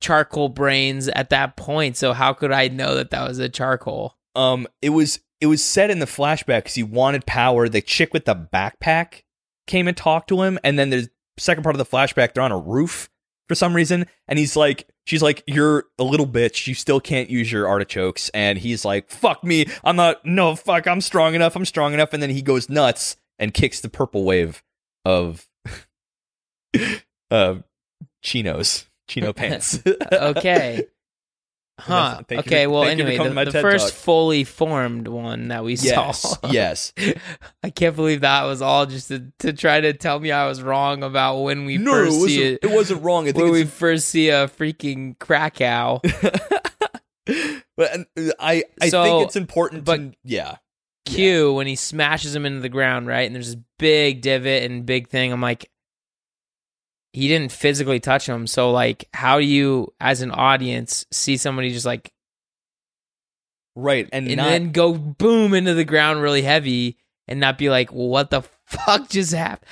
[SPEAKER 1] charcoal brains at that point, so how could I know that that was a charcoal?
[SPEAKER 2] um it was it was said in the flashback because he wanted power the chick with the backpack came and talked to him and then the second part of the flashback they're on a roof for some reason and he's like she's like you're a little bitch you still can't use your artichokes and he's like fuck me i'm not no fuck i'm strong enough i'm strong enough and then he goes nuts and kicks the purple wave of uh chinos chino pants
[SPEAKER 1] Okay. Huh.
[SPEAKER 2] Nothing. Thank you
[SPEAKER 1] okay.
[SPEAKER 2] for-
[SPEAKER 1] well,
[SPEAKER 2] thank you for
[SPEAKER 1] anyway,
[SPEAKER 2] coming
[SPEAKER 1] the,
[SPEAKER 2] to my
[SPEAKER 1] the
[SPEAKER 2] TED
[SPEAKER 1] first
[SPEAKER 2] Talk.
[SPEAKER 1] fully formed one that we
[SPEAKER 2] yes
[SPEAKER 1] saw.
[SPEAKER 2] yes
[SPEAKER 1] I can't believe that was all just to, to try to tell me I was wrong about when we
[SPEAKER 2] no, it
[SPEAKER 1] first
[SPEAKER 2] wasn't,
[SPEAKER 1] see it.
[SPEAKER 2] it wasn't wrong. I
[SPEAKER 1] when
[SPEAKER 2] think
[SPEAKER 1] we first see a freaking Krakow.
[SPEAKER 2] it's, but uh, I I
[SPEAKER 1] So,
[SPEAKER 2] think it's important. to,
[SPEAKER 1] but-
[SPEAKER 2] yeah,
[SPEAKER 1] Q when he smashes him into the ground, right? And there's this big divot and big thing. I'm like, he didn't physically touch him. So, like, how do you, as an audience, see somebody just like,
[SPEAKER 2] right, and,
[SPEAKER 1] and
[SPEAKER 2] not
[SPEAKER 1] then go boom into the ground really heavy and not be like, well, what the fuck just happened?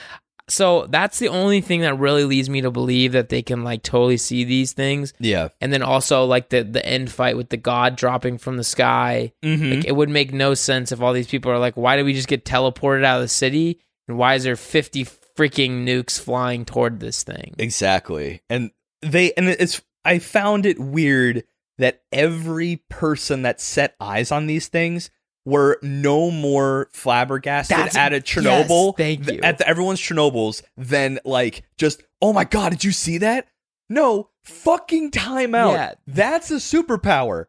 [SPEAKER 1] So, that's the only thing that really leads me to believe that they can, like, totally see these things.
[SPEAKER 2] yeah,
[SPEAKER 1] And then also, like, the, the end fight with the god dropping from the sky.
[SPEAKER 2] mm-hmm.
[SPEAKER 1] Like, it would make no sense if all these people are like, why did we just get teleported out of the city? And why is there 50 freaking nukes flying toward this thing?
[SPEAKER 2] exactly. And they and it's I found it weird that every person that set eyes on these things were no more flabbergasted
[SPEAKER 1] That's-
[SPEAKER 2] at a Chernobyl
[SPEAKER 1] Yes, thank
[SPEAKER 2] th-
[SPEAKER 1] you.
[SPEAKER 2] at the, everyone's Chernobyls than like just oh my god, did you see that? No fucking timeout.
[SPEAKER 1] Yeah.
[SPEAKER 2] That's a superpower.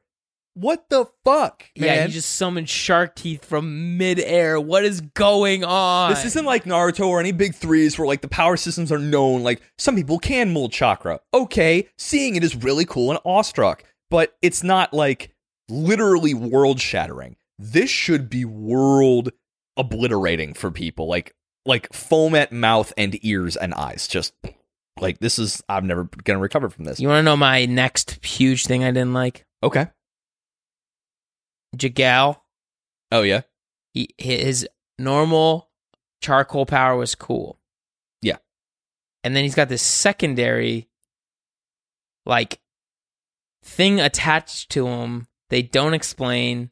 [SPEAKER 2] What the fuck, man?
[SPEAKER 1] yeah, you just summoned shark teeth from midair. What is going on?
[SPEAKER 2] This isn't like Naruto or any big threes where like the power systems are known. Like some people can mold chakra. Okay, seeing it is really cool and awestruck, but it's not like literally world shattering. This should be world obliterating for people. Like like foam at mouth and ears and eyes. Just like this is I'm never gonna recover from this.
[SPEAKER 1] You want to know my next huge thing I didn't like?
[SPEAKER 2] Okay.
[SPEAKER 1] Jagal,
[SPEAKER 2] Oh yeah.
[SPEAKER 1] he, his normal charcoal power was cool.
[SPEAKER 2] Yeah.
[SPEAKER 1] And then he's got this secondary, like, thing attached to him. They don't explain.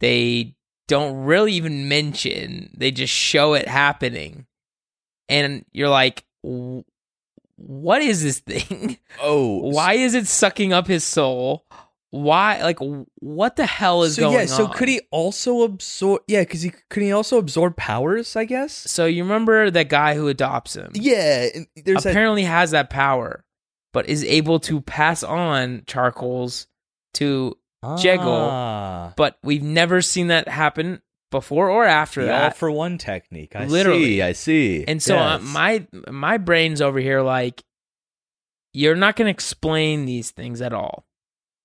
[SPEAKER 1] They don't really even mention. They just show it happening. And you're like, "W- what is this thing?
[SPEAKER 2] Oh
[SPEAKER 1] Why is it sucking up his soul? Why, like, what the hell is
[SPEAKER 2] so
[SPEAKER 1] going
[SPEAKER 2] yeah,
[SPEAKER 1] on?
[SPEAKER 2] so could he also absorb? Yeah, because he could he also absorb powers? I guess.
[SPEAKER 1] So you remember that guy who adopts him?
[SPEAKER 2] Yeah, and there's that
[SPEAKER 1] apparently has that power, but is able to pass on charcoals to. jiggle
[SPEAKER 2] Ah,
[SPEAKER 1] But we've never seen that happen before or after
[SPEAKER 2] the all
[SPEAKER 1] that.
[SPEAKER 2] for one technique. I
[SPEAKER 1] Literally.
[SPEAKER 2] see. I see.
[SPEAKER 1] and so uh,
[SPEAKER 2] Yes.
[SPEAKER 1] my my brain's over here like, you're not going to explain these things at all.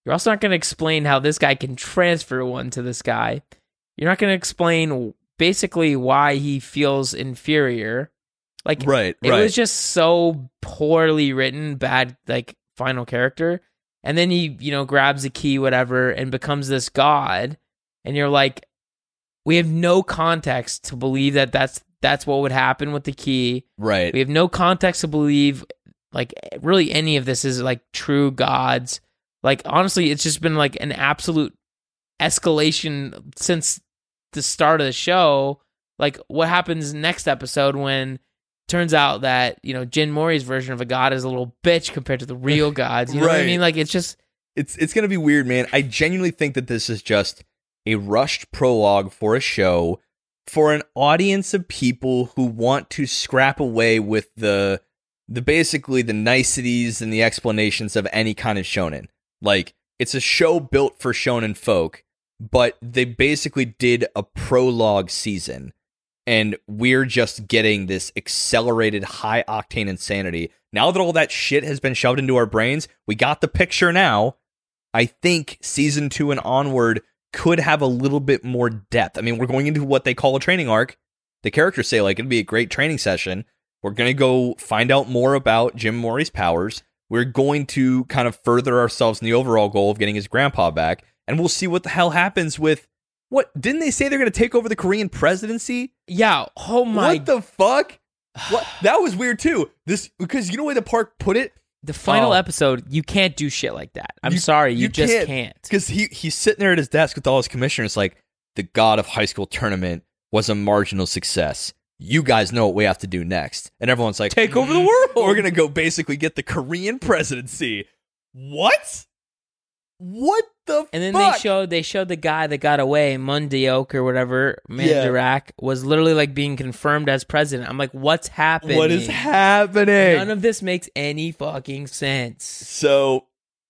[SPEAKER 1] You're also not going to explain how this guy can transfer one to this guy. You're not going to explain basically why he feels inferior. Like
[SPEAKER 2] right,
[SPEAKER 1] It
[SPEAKER 2] right.
[SPEAKER 1] was just so poorly written, bad like final character And then he, you know, grabs a key, whatever, and becomes this god. And you're like, we have no context to believe that that's that's what would happen with the key.
[SPEAKER 2] Right.
[SPEAKER 1] We have no context to believe, like, really any of this is like true gods. Like, honestly, it's just been like an absolute escalation since the start of the show. Like, what happens next episode when turns out that you know Jin Mori's version of a god is a little bitch compared to the real gods. You know what I
[SPEAKER 2] Right.
[SPEAKER 1] mean? Like it's just
[SPEAKER 2] it's it's gonna be weird, man. I genuinely think that this is just a rushed prologue for a show for an audience of people who want to scrap away with the the basically the niceties and the explanations of any kind of shonen. Like it's a show built for shonen folk, but they basically did a prologue season and we're just getting this accelerated high octane insanity. Now that all that shit has been shoved into our brains, we got the picture now. I think season two and onward could have a little bit more depth. I mean, we're going into what they call a training arc. The characters say, like, it'd be a great training session. We're going to go find out more about Jim Mori's powers. We're going to kind of further ourselves in the overall goal of getting his grandpa back. And we'll see what the hell happens with what? Didn't they say they're going to take over the Korean presidency?
[SPEAKER 1] yeah. Oh my!
[SPEAKER 2] What the fuck? What? That was weird too. This because you know where the park put it
[SPEAKER 1] the final
[SPEAKER 2] Oh.
[SPEAKER 1] episode, you can't do shit like that. I'm
[SPEAKER 2] You-
[SPEAKER 1] sorry, you,
[SPEAKER 2] you
[SPEAKER 1] just can't.
[SPEAKER 2] can't. because he he's sitting there at his desk with all his commissioners, like the god of high school tournament was a marginal success. You guys know what we have to do next, and everyone's like, "Mm,
[SPEAKER 1] Take over the world.
[SPEAKER 2] We're gonna go basically get the Korean presidency. What? What the?
[SPEAKER 1] And then
[SPEAKER 2] fuck?
[SPEAKER 1] they showed they showed the guy that got away, Mundiok or whatever,
[SPEAKER 2] Yeah.
[SPEAKER 1] Mandarak, was literally like being confirmed as president. I'm like, what's happening?
[SPEAKER 2] what is happening?
[SPEAKER 1] None of this makes any fucking sense.
[SPEAKER 2] so,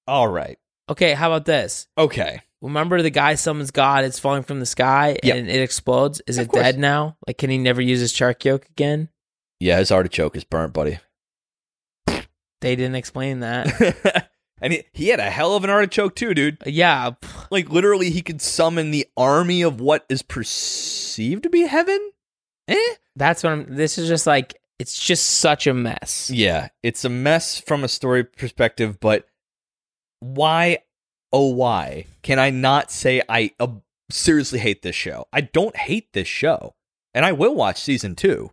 [SPEAKER 2] all right,
[SPEAKER 1] Okay, how about this?
[SPEAKER 2] okay.
[SPEAKER 1] Remember the guy summons God, it's falling from the sky
[SPEAKER 2] Yep.
[SPEAKER 1] and it explodes. Is
[SPEAKER 2] Of
[SPEAKER 1] it
[SPEAKER 2] course.
[SPEAKER 1] dead now? Like can he never use his Charkyok again?
[SPEAKER 2] Yeah, his artichoke is burnt, buddy.
[SPEAKER 1] They didn't explain that.
[SPEAKER 2] and he, he had a hell of an artichoke too, dude.
[SPEAKER 1] yeah. p-
[SPEAKER 2] Like literally, he could summon the army of what is perceived to be heaven. Eh?
[SPEAKER 1] That's what I'm this is just like it's just such a mess.
[SPEAKER 2] Yeah, it's a mess from a story perspective, but why, oh why, can I not say I uh, seriously hate this show? I don't hate this show, and I will watch season two.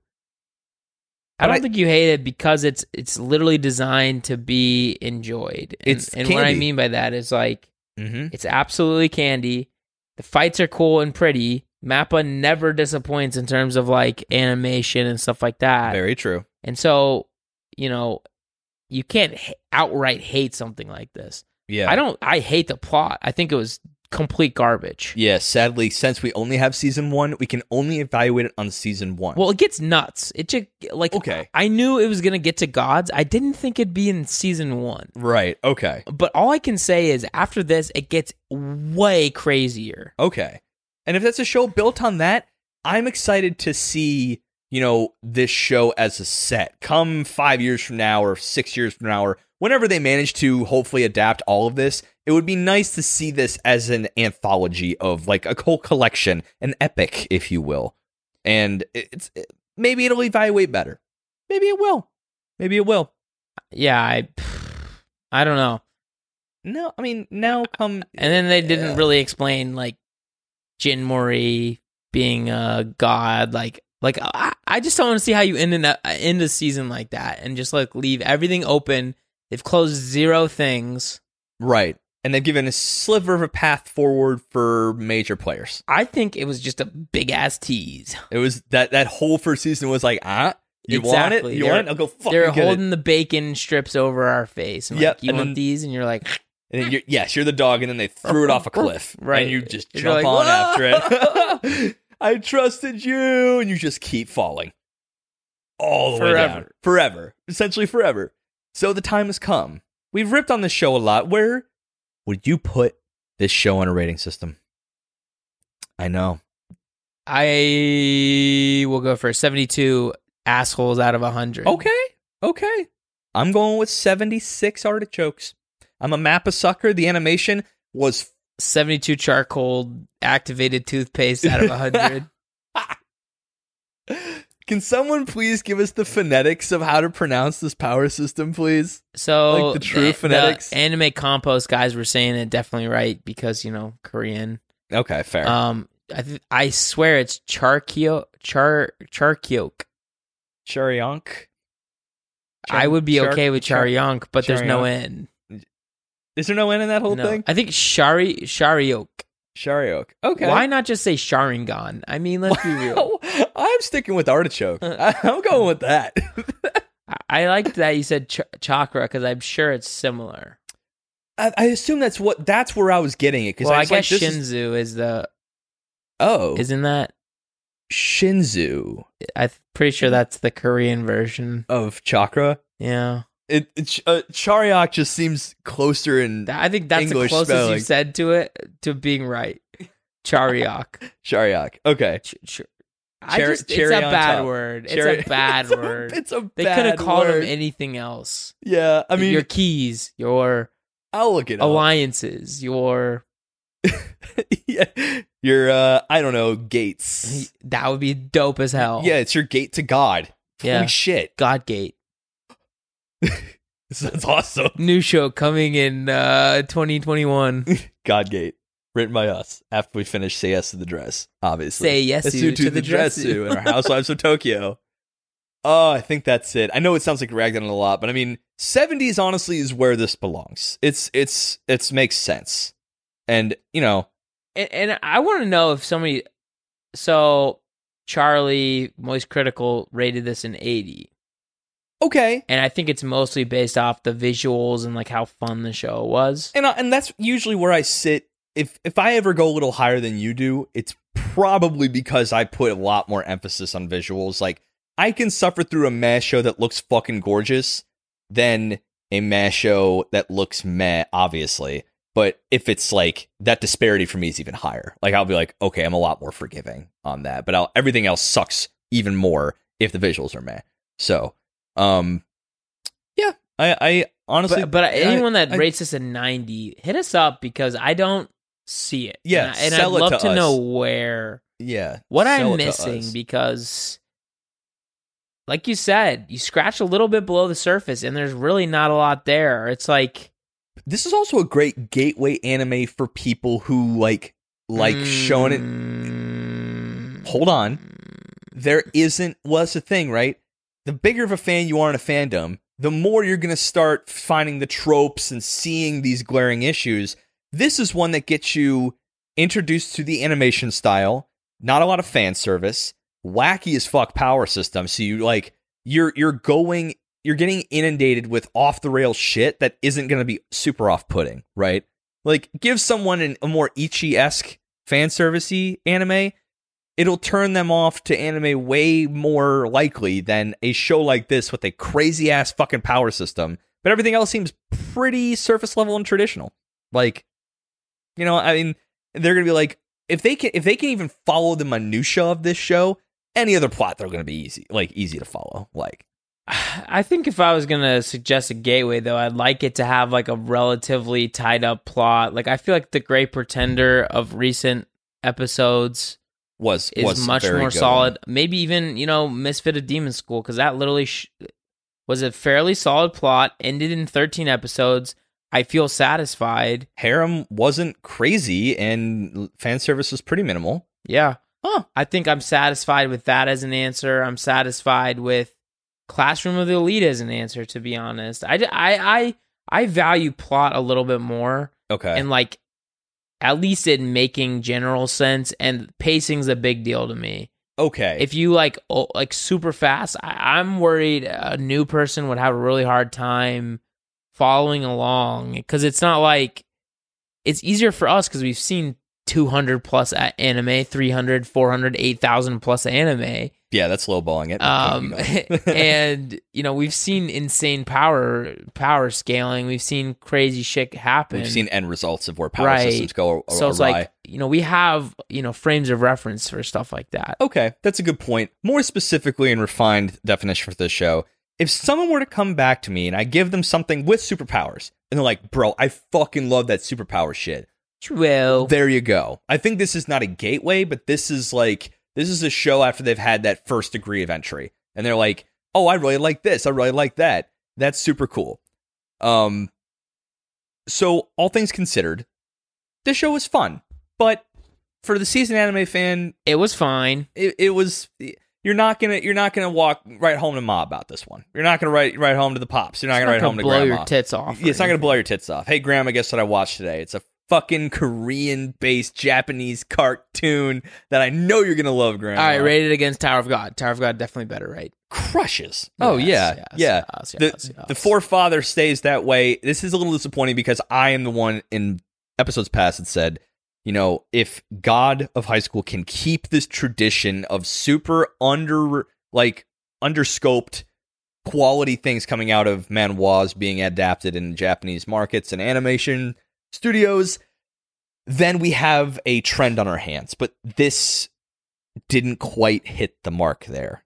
[SPEAKER 1] I don't
[SPEAKER 2] But I-
[SPEAKER 1] think you hate it because it's it's literally designed to be enjoyed. And,
[SPEAKER 2] It's
[SPEAKER 1] and what I
[SPEAKER 2] candy.
[SPEAKER 1] mean by that is like
[SPEAKER 2] Mm-hmm.
[SPEAKER 1] it's absolutely candy. The fights are cool and pretty. Mappa never disappoints in terms of like animation and stuff like that.
[SPEAKER 2] Very true.
[SPEAKER 1] And so, you know, you can't h- outright hate something like this.
[SPEAKER 2] Yeah,
[SPEAKER 1] I don't. I hate the plot. I think it was complete garbage.
[SPEAKER 2] Yeah, sadly, since we only have season one, we can only evaluate it on season one.
[SPEAKER 1] Well, it gets nuts. It just like
[SPEAKER 2] Okay.
[SPEAKER 1] I knew it was gonna get to gods. I didn't think it'd be in season one.
[SPEAKER 2] right. Okay.
[SPEAKER 1] But all I can say is after this, it gets way crazier.
[SPEAKER 2] Okay. And if that's a show built on that, I'm excited to see, you know, this show as a set come five years from now or six years from now or whenever they manage to hopefully adapt all of this. It would be nice to see this as an anthology of like a whole collection, an epic, if you will. And it- it's it- maybe it'll evaluate better. Maybe it will. Maybe it will.
[SPEAKER 1] Yeah, I, I don't know.
[SPEAKER 2] No, I mean now come
[SPEAKER 1] And then they didn't
[SPEAKER 2] Yeah.
[SPEAKER 1] really explain like Jin Mori being a god. Like, like I, I just don't want to see how you end an, end a season like that and just like leave everything open. They've closed zero things.
[SPEAKER 2] right. And they've given a sliver of a path forward for major players.
[SPEAKER 1] I think it was just a big ass tease.
[SPEAKER 2] It was that that whole first season was like, ah, you want
[SPEAKER 1] Exactly.
[SPEAKER 2] it? You
[SPEAKER 1] They're-
[SPEAKER 2] want it? I'll go fucking
[SPEAKER 1] They're
[SPEAKER 2] get
[SPEAKER 1] holding the bacon strips over our face. And
[SPEAKER 2] Yep,
[SPEAKER 1] like, you
[SPEAKER 2] and
[SPEAKER 1] want
[SPEAKER 2] then-
[SPEAKER 1] these? And you're like,
[SPEAKER 2] it. And then you're, yes, you're the dog, and then they threw it off a cliff,
[SPEAKER 1] Right.
[SPEAKER 2] And you just
[SPEAKER 1] You're
[SPEAKER 2] jump
[SPEAKER 1] like,
[SPEAKER 2] on
[SPEAKER 1] "Whoa!"
[SPEAKER 2] after it. I trusted you, and you just keep falling all the way down,
[SPEAKER 1] Forever.
[SPEAKER 2] forever, essentially forever. So the time has come. We've ripped on this show a lot. Where would you put this show on a rating system? I know.
[SPEAKER 1] I will go for 72 assholes out of 100.
[SPEAKER 2] Okay. Okay. I'm going with 76 artichokes. I'm a Mappa sucker. The animation was
[SPEAKER 1] 72 charcoal activated toothpaste out of 100.
[SPEAKER 2] Can someone please give us the phonetics of how to pronounce this power system, please?
[SPEAKER 1] So
[SPEAKER 2] Like the true phonetics?
[SPEAKER 1] anime compost guys were saying it definitely right because you know Korean.
[SPEAKER 2] Okay, fair.
[SPEAKER 1] Um, I th- I swear it's Charkyo Char Charkyok.
[SPEAKER 2] Charyonk.
[SPEAKER 1] I would be okay with
[SPEAKER 2] Char-
[SPEAKER 1] Charyonk, but there's no
[SPEAKER 2] Charyonk.
[SPEAKER 1] N.
[SPEAKER 2] Is there no N in that whole
[SPEAKER 1] No.
[SPEAKER 2] thing?
[SPEAKER 1] I think Shari Sharyok.
[SPEAKER 2] Charyonk. Okay.
[SPEAKER 1] Why not just say Sharingan? I mean, let's be real.
[SPEAKER 2] I'm sticking with artichoke. I- I'm going with that.
[SPEAKER 1] I- I liked that you said ch- chakra because I'm sure it's similar.
[SPEAKER 2] I, I assume that's what that's where I was getting it because
[SPEAKER 1] Well,
[SPEAKER 2] I,
[SPEAKER 1] I,
[SPEAKER 2] was
[SPEAKER 1] guess
[SPEAKER 2] like, this
[SPEAKER 1] Shinzu
[SPEAKER 2] Is,
[SPEAKER 1] is, the
[SPEAKER 2] oh,
[SPEAKER 1] isn't that?
[SPEAKER 2] Shinzu
[SPEAKER 1] I'm pretty sure that's the Korean version.
[SPEAKER 2] of chakra.
[SPEAKER 1] Yeah,
[SPEAKER 2] It, it uh, Charyonk just seems closer and
[SPEAKER 1] Th- I think that's
[SPEAKER 2] English
[SPEAKER 1] the closest
[SPEAKER 2] spelling.
[SPEAKER 1] you said to it to being right. Chariok.
[SPEAKER 2] Charyonk. Okay,
[SPEAKER 1] Ch- ch- I
[SPEAKER 2] Cher-
[SPEAKER 1] just, it's
[SPEAKER 2] cherry
[SPEAKER 1] a
[SPEAKER 2] on
[SPEAKER 1] bad
[SPEAKER 2] top.
[SPEAKER 1] word. It's
[SPEAKER 2] Cherry-
[SPEAKER 1] a bad
[SPEAKER 2] it's a-
[SPEAKER 1] word.
[SPEAKER 2] it's a
[SPEAKER 1] they could
[SPEAKER 2] bad
[SPEAKER 1] have called
[SPEAKER 2] word.
[SPEAKER 1] them anything else.
[SPEAKER 2] yeah, I mean,
[SPEAKER 1] your keys, your
[SPEAKER 2] I'll look it up.
[SPEAKER 1] alliances, your
[SPEAKER 2] yeah. Your uh, I don't know gates.
[SPEAKER 1] that would be dope as hell.
[SPEAKER 2] Yeah, it's your gate to God.
[SPEAKER 1] oh. yeah.
[SPEAKER 2] Holy shit,
[SPEAKER 1] Godgate.
[SPEAKER 2] that's awesome.
[SPEAKER 1] New show coming in uh 2021.
[SPEAKER 2] Godgate, written by us after we finish Say Yes to the Dress, obviously.
[SPEAKER 1] Say yes
[SPEAKER 2] Yes
[SPEAKER 1] you to, the dress.
[SPEAKER 2] in our Housewives of Tokyo. Oh, I think that's it. I know it sounds like ragged on it a lot, but I mean, seventies honestly is where this belongs. It's it's it's makes sense, and you know,
[SPEAKER 1] And, and I want to know if somebody so Charlie Moist Critical rated this an 80.
[SPEAKER 2] okay,
[SPEAKER 1] And I think it's mostly based off the visuals and like how fun the show was.
[SPEAKER 2] and I, and that's usually where I sit. If if I ever go a little higher than you do, it's probably because I put a lot more emphasis on visuals. Like I can suffer through a mash show that looks fucking gorgeous than a mash show that looks meh, obviously. But if it's like that disparity for me is even higher. Like I'll be like, okay, I'm a lot more forgiving on that. But I'll, everything else sucks even more if the visuals are meh. So, um, yeah, I, I honestly,
[SPEAKER 1] but, but anyone that
[SPEAKER 2] I-
[SPEAKER 1] rates this a 90, hit us up because I don't see it.
[SPEAKER 2] Yeah,
[SPEAKER 1] And, I, and I'd
[SPEAKER 2] sell it
[SPEAKER 1] love
[SPEAKER 2] to
[SPEAKER 1] to,
[SPEAKER 2] us.
[SPEAKER 1] know where
[SPEAKER 2] yeah,
[SPEAKER 1] what
[SPEAKER 2] sell
[SPEAKER 1] I'm
[SPEAKER 2] it to
[SPEAKER 1] missing
[SPEAKER 2] us.
[SPEAKER 1] because, like you said, you scratch a little bit below the surface and there's really not a lot there. It's like,
[SPEAKER 2] this is also a great gateway anime for people who like like showing
[SPEAKER 1] Hmm.
[SPEAKER 2] it
[SPEAKER 1] Mm.
[SPEAKER 2] hold on there isn't well that's the thing right the bigger of a fan you are in a fandom the more you're going to start finding the tropes and seeing these glaring issues this is one that gets you introduced to the animation style not a lot of fan service wacky as fuck power system so you like you're you're going you're getting inundated with off the rail shit that isn't going to be super off putting right like give someone an, a more ichi-esque fan servicey anime it'll turn them off to anime way more likely than a show like this with a crazy ass fucking power system. But everything else seems pretty surface level and traditional. Like, you know, I mean, they're gonna be like, if they can, if they can even follow the minutia of this show, any other plot they're gonna be easy, like easy to follow. Like,
[SPEAKER 1] I think if I was gonna suggest a gateway, though, I'd like it to have like a relatively tied up plot. Like I feel like the Great Pretender of recent episodes
[SPEAKER 2] was
[SPEAKER 1] is
[SPEAKER 2] was a
[SPEAKER 1] much
[SPEAKER 2] very
[SPEAKER 1] more
[SPEAKER 2] good
[SPEAKER 1] solid. Maybe even you know Misfit of Demon School because that literally sh- was a fairly solid plot. Ended in thirteen episodes. I feel satisfied.
[SPEAKER 2] Harem wasn't crazy, and fan service was pretty minimal.
[SPEAKER 1] Yeah.
[SPEAKER 2] Huh.
[SPEAKER 1] I think I'm satisfied with that as an answer. I'm satisfied with Classroom of the Elite as an answer, to be honest. I, I, I, I value plot a little bit more
[SPEAKER 2] Okay,
[SPEAKER 1] and like at least in making general sense and pacing's a big deal to me.
[SPEAKER 2] okay.
[SPEAKER 1] If you like oh, like super fast, I, I'm worried a new person would have a really hard time following along because it's not like it's easier for us because we've seen 200 plus a- anime, 300, 400, 8,000 plus anime.
[SPEAKER 2] yeah, that's lowballing it.
[SPEAKER 1] Um, and you know we've seen insane power power scaling. We've seen crazy shit happen.
[SPEAKER 2] We've seen end results of where power
[SPEAKER 1] Right.
[SPEAKER 2] systems go a-
[SPEAKER 1] so it's
[SPEAKER 2] awry.
[SPEAKER 1] like you know we have you know frames of reference for stuff like that.
[SPEAKER 2] okay, that's a good point. More specifically and refined definition for this show. If someone were to come back to me and I give them something with superpowers, and they're like, "Bro, I fucking love that superpower shit."
[SPEAKER 1] True.
[SPEAKER 2] There you go. I think this is not a gateway, but this is like This is a show after they've had that first degree of entry, and they're like, "Oh, I really like this. I really like that. That's super cool." Um. So, all things considered, this show was fun, but for the seasoned anime fan,
[SPEAKER 1] It was fine.
[SPEAKER 2] it, it was you're not gonna you're not gonna walk right home to ma about this one. You're not gonna write right home to the pops. You're not
[SPEAKER 1] It's
[SPEAKER 2] gonna write
[SPEAKER 1] gonna
[SPEAKER 2] home to
[SPEAKER 1] blow
[SPEAKER 2] grandma.
[SPEAKER 1] your tits off.
[SPEAKER 2] Yeah, it's
[SPEAKER 1] or
[SPEAKER 2] not gonna blow your tits off. Hey, Graham, I guess what I watched today. It's a fucking Korean-based Japanese cartoon that I know you're gonna love, Graham. Uh,
[SPEAKER 1] All right, rated against Tower of God. Tower of God definitely better, right?
[SPEAKER 2] Crushes. Oh
[SPEAKER 1] Yes,
[SPEAKER 2] yeah,
[SPEAKER 1] yes,
[SPEAKER 2] yeah.
[SPEAKER 1] yes,
[SPEAKER 2] The
[SPEAKER 1] yes, yes.
[SPEAKER 2] the forefather stays that way. This is a little disappointing because I am the one in episodes past that said, you know, if God of High School can keep this tradition of super under like underscoped quality things coming out of manhwas being adapted in Japanese markets and animation studios, then we have a trend on our hands. But this didn't quite hit the mark there.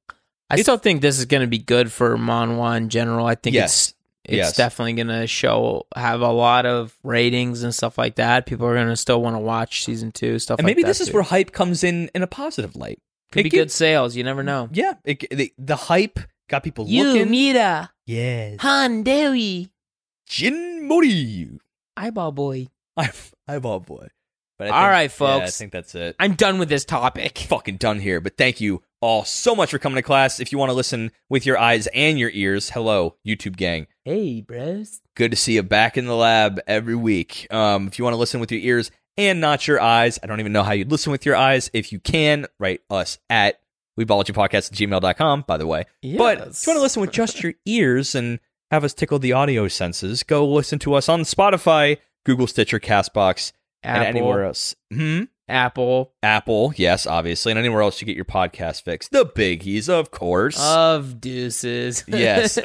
[SPEAKER 1] I still think this is gonna be good for manhwa in general. I think
[SPEAKER 2] Yes.
[SPEAKER 1] it's it's
[SPEAKER 2] Yes.
[SPEAKER 1] definitely gonna show have a lot of ratings and stuff like that. People are gonna still want to watch season two stuff.
[SPEAKER 2] And
[SPEAKER 1] like
[SPEAKER 2] maybe
[SPEAKER 1] that,
[SPEAKER 2] this is
[SPEAKER 1] too.
[SPEAKER 2] where hype comes in in a positive light.
[SPEAKER 1] could
[SPEAKER 2] it
[SPEAKER 1] be
[SPEAKER 2] could-
[SPEAKER 1] good sales. You never know.
[SPEAKER 2] Yeah, it, the, the hype got people looking.
[SPEAKER 1] Mira,
[SPEAKER 2] yes.
[SPEAKER 1] Han Dewi,
[SPEAKER 2] Jin Mori.
[SPEAKER 1] Eyeball Boy.
[SPEAKER 2] I eyeball boy. But
[SPEAKER 1] All right,
[SPEAKER 2] yeah, I
[SPEAKER 1] folks.
[SPEAKER 2] think that's it.
[SPEAKER 1] I'm done with this topic.
[SPEAKER 2] fucking done here. But thank you all so much for coming to class. If you want to listen with your eyes and your ears, hello, YouTube gang.
[SPEAKER 1] Hey, bros.
[SPEAKER 2] Good to see you back in the lab every week. Um, if you want to listen with your ears and not your eyes, I don't even know how you'd listen with your eyes. If you can, write us at weebologypodcast at gmail.com, by the way. But if you want to listen with just your ears and have us tickle the audio senses, go listen to us on Spotify, Google, Stitcher, Castbox, and anywhere else. Hmm?
[SPEAKER 1] Apple
[SPEAKER 2] Apple, yes, obviously, and anywhere else you get your podcast fix. The biggies, of course.
[SPEAKER 1] of deuces.
[SPEAKER 2] yes.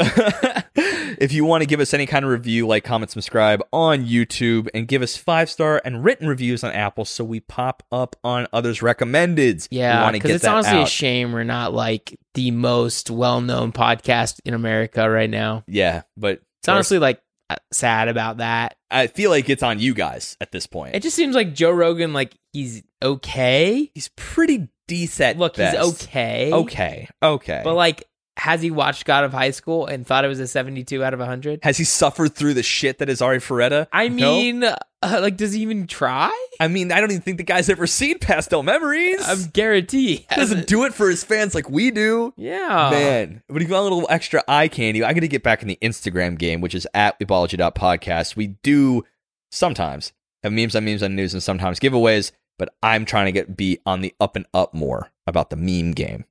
[SPEAKER 2] if you want to give us any kind of review, like, comment, subscribe on YouTube, and give us five star and written reviews on Apple so we pop up on others' recommended. We
[SPEAKER 1] yeah,
[SPEAKER 2] want to
[SPEAKER 1] because
[SPEAKER 2] get
[SPEAKER 1] it's
[SPEAKER 2] that
[SPEAKER 1] honestly a
[SPEAKER 2] out.
[SPEAKER 1] shame we're not like the most well-known podcast in America right now.
[SPEAKER 2] yeah, but
[SPEAKER 1] It's honestly like uh, sad about that.
[SPEAKER 2] I feel like it's on you guys at this point.
[SPEAKER 1] It just seems like Joe Rogan, like he's okay.
[SPEAKER 2] he's pretty decent.
[SPEAKER 1] Look, he's
[SPEAKER 2] best.
[SPEAKER 1] okay,
[SPEAKER 2] Okay. Okay.
[SPEAKER 1] but like, has he watched God of High School and thought it was a seventy-two out of hundred?
[SPEAKER 2] has he suffered through the shit that is Ari Ferretta?
[SPEAKER 1] I
[SPEAKER 2] No.
[SPEAKER 1] mean, uh, like, does he even try?
[SPEAKER 2] I mean, I don't even think the guy's ever seen Pastel Memories.
[SPEAKER 1] I'm guarantee.
[SPEAKER 2] he doesn't do it for his fans like we do.
[SPEAKER 1] Yeah,
[SPEAKER 2] Man, but if you want a little extra eye candy, I'm going to get back in the Instagram game, which is at Weebology.podcast. We do sometimes have memes on memes on news and sometimes giveaways, but I'm trying to get be on the up and up more about the meme game.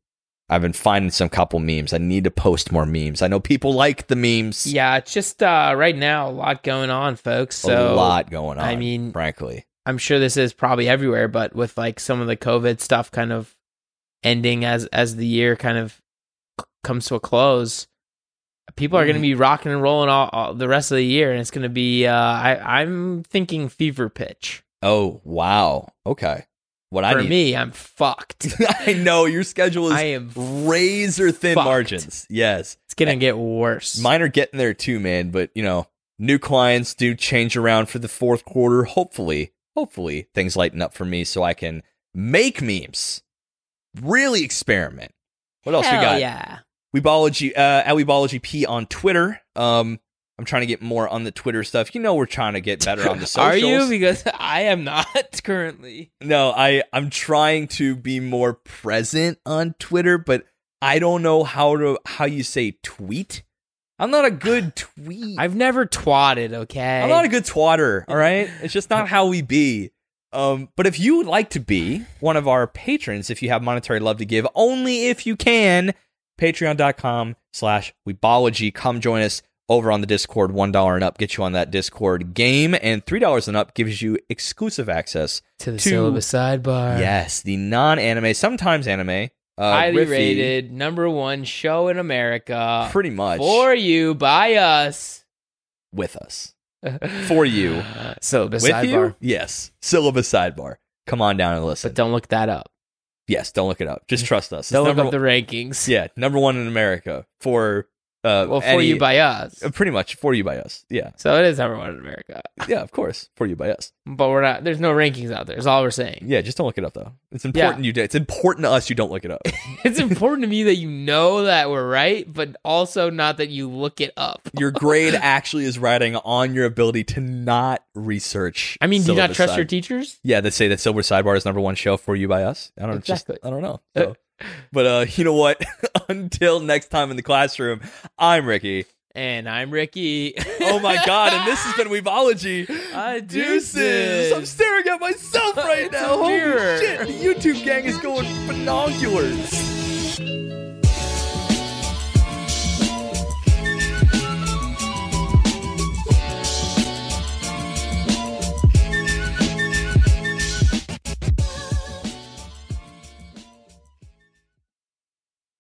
[SPEAKER 2] I've been finding some couple memes. I need to post more memes. I know people like the memes.
[SPEAKER 1] Yeah, it's just uh, right now a lot going on, folks. So
[SPEAKER 2] a lot going on.
[SPEAKER 1] I mean,
[SPEAKER 2] frankly,
[SPEAKER 1] I'm sure this is probably everywhere, but with like some of the COVID stuff kind of ending as as the year kind of c- comes to a close, people are going to
[SPEAKER 2] Mhm.
[SPEAKER 1] be rocking and rolling all, all the rest of the year, and it's going to be. Uh, I I'm thinking fever pitch
[SPEAKER 2] oh wow, okay. What I
[SPEAKER 1] for
[SPEAKER 2] need,
[SPEAKER 1] me. I'm fucked.
[SPEAKER 2] I know your schedule
[SPEAKER 1] I
[SPEAKER 2] is
[SPEAKER 1] am.
[SPEAKER 2] razor thin
[SPEAKER 1] fucked.
[SPEAKER 2] margins. Yes,
[SPEAKER 1] It's gonna get worse.
[SPEAKER 2] mine are getting there too, man. But you know, new clients do change around for the fourth quarter. Hopefully, hopefully things lighten up for me so I can make memes, really experiment. What else
[SPEAKER 1] Hell
[SPEAKER 2] we got?
[SPEAKER 1] Yeah.
[SPEAKER 2] Weebology uh, at Weebology P on Twitter. Um, I'm trying to get more on the Twitter stuff. You know, we're trying to get better on the socials.
[SPEAKER 1] Are you? Because I am not currently.
[SPEAKER 2] No, I I'm trying to be more present on Twitter, but I don't know how to how you say tweet. I'm not a good tweet.
[SPEAKER 1] I've never twatted. Okay.
[SPEAKER 2] I'm not a good twatter. All right, it's just not how we be. Um, but if you would like to be one of our patrons, if you have monetary love to give, only if you can, patreon.com slash weebology. Come join us over on the Discord, $1 and up gets you on that Discord game, and $3 and up gives you exclusive access
[SPEAKER 1] to the
[SPEAKER 2] to-
[SPEAKER 1] syllabus sidebar.
[SPEAKER 2] Yes, the non-anime, sometimes anime, uh,
[SPEAKER 1] highly
[SPEAKER 2] riffy,
[SPEAKER 1] rated number one show in America
[SPEAKER 2] pretty much
[SPEAKER 1] for you by us
[SPEAKER 2] with us. For you.
[SPEAKER 1] Syllabus
[SPEAKER 2] with
[SPEAKER 1] sidebar,
[SPEAKER 2] you, yes. Syllabus sidebar. Come on down and listen.
[SPEAKER 1] but don't look that up.
[SPEAKER 2] yes, don't look it up. Just trust us. It's
[SPEAKER 1] Don't look
[SPEAKER 2] number
[SPEAKER 1] up the rankings.
[SPEAKER 2] yeah, number one in America for Uh,
[SPEAKER 1] Well, for
[SPEAKER 2] any-
[SPEAKER 1] you by us.
[SPEAKER 2] uh, pretty much for you by us. Yeah,
[SPEAKER 1] So it is everyone in America,
[SPEAKER 2] yeah, of course, for you by us.
[SPEAKER 1] but we're not. There's no rankings out there. Is all we're saying.
[SPEAKER 2] Yeah, just don't look it up though. It's
[SPEAKER 1] Yeah.
[SPEAKER 2] important you do. It's important to us you don't look it up.
[SPEAKER 1] It's important to me that you know that we're right, but also not that you look it up.
[SPEAKER 2] your grade actually is riding on your ability to not research.
[SPEAKER 1] I mean, do you not
[SPEAKER 2] syllabus
[SPEAKER 1] trust
[SPEAKER 2] side-
[SPEAKER 1] your teachers?
[SPEAKER 2] Yeah, they say that Silver Sidebar is number one show for you by us. I don't know, just-
[SPEAKER 1] Exactly.
[SPEAKER 2] I don't know. So- but uh, you know what? Until next time in the classroom, I'm Ricky.
[SPEAKER 1] And I'm Ricky.
[SPEAKER 2] Oh my god! And this has been Weebology.
[SPEAKER 1] I
[SPEAKER 2] Deuces! I'm staring at myself right
[SPEAKER 1] It's a
[SPEAKER 2] now. Holy
[SPEAKER 1] mirror.
[SPEAKER 2] shit! The YouTube gang is going binoculars.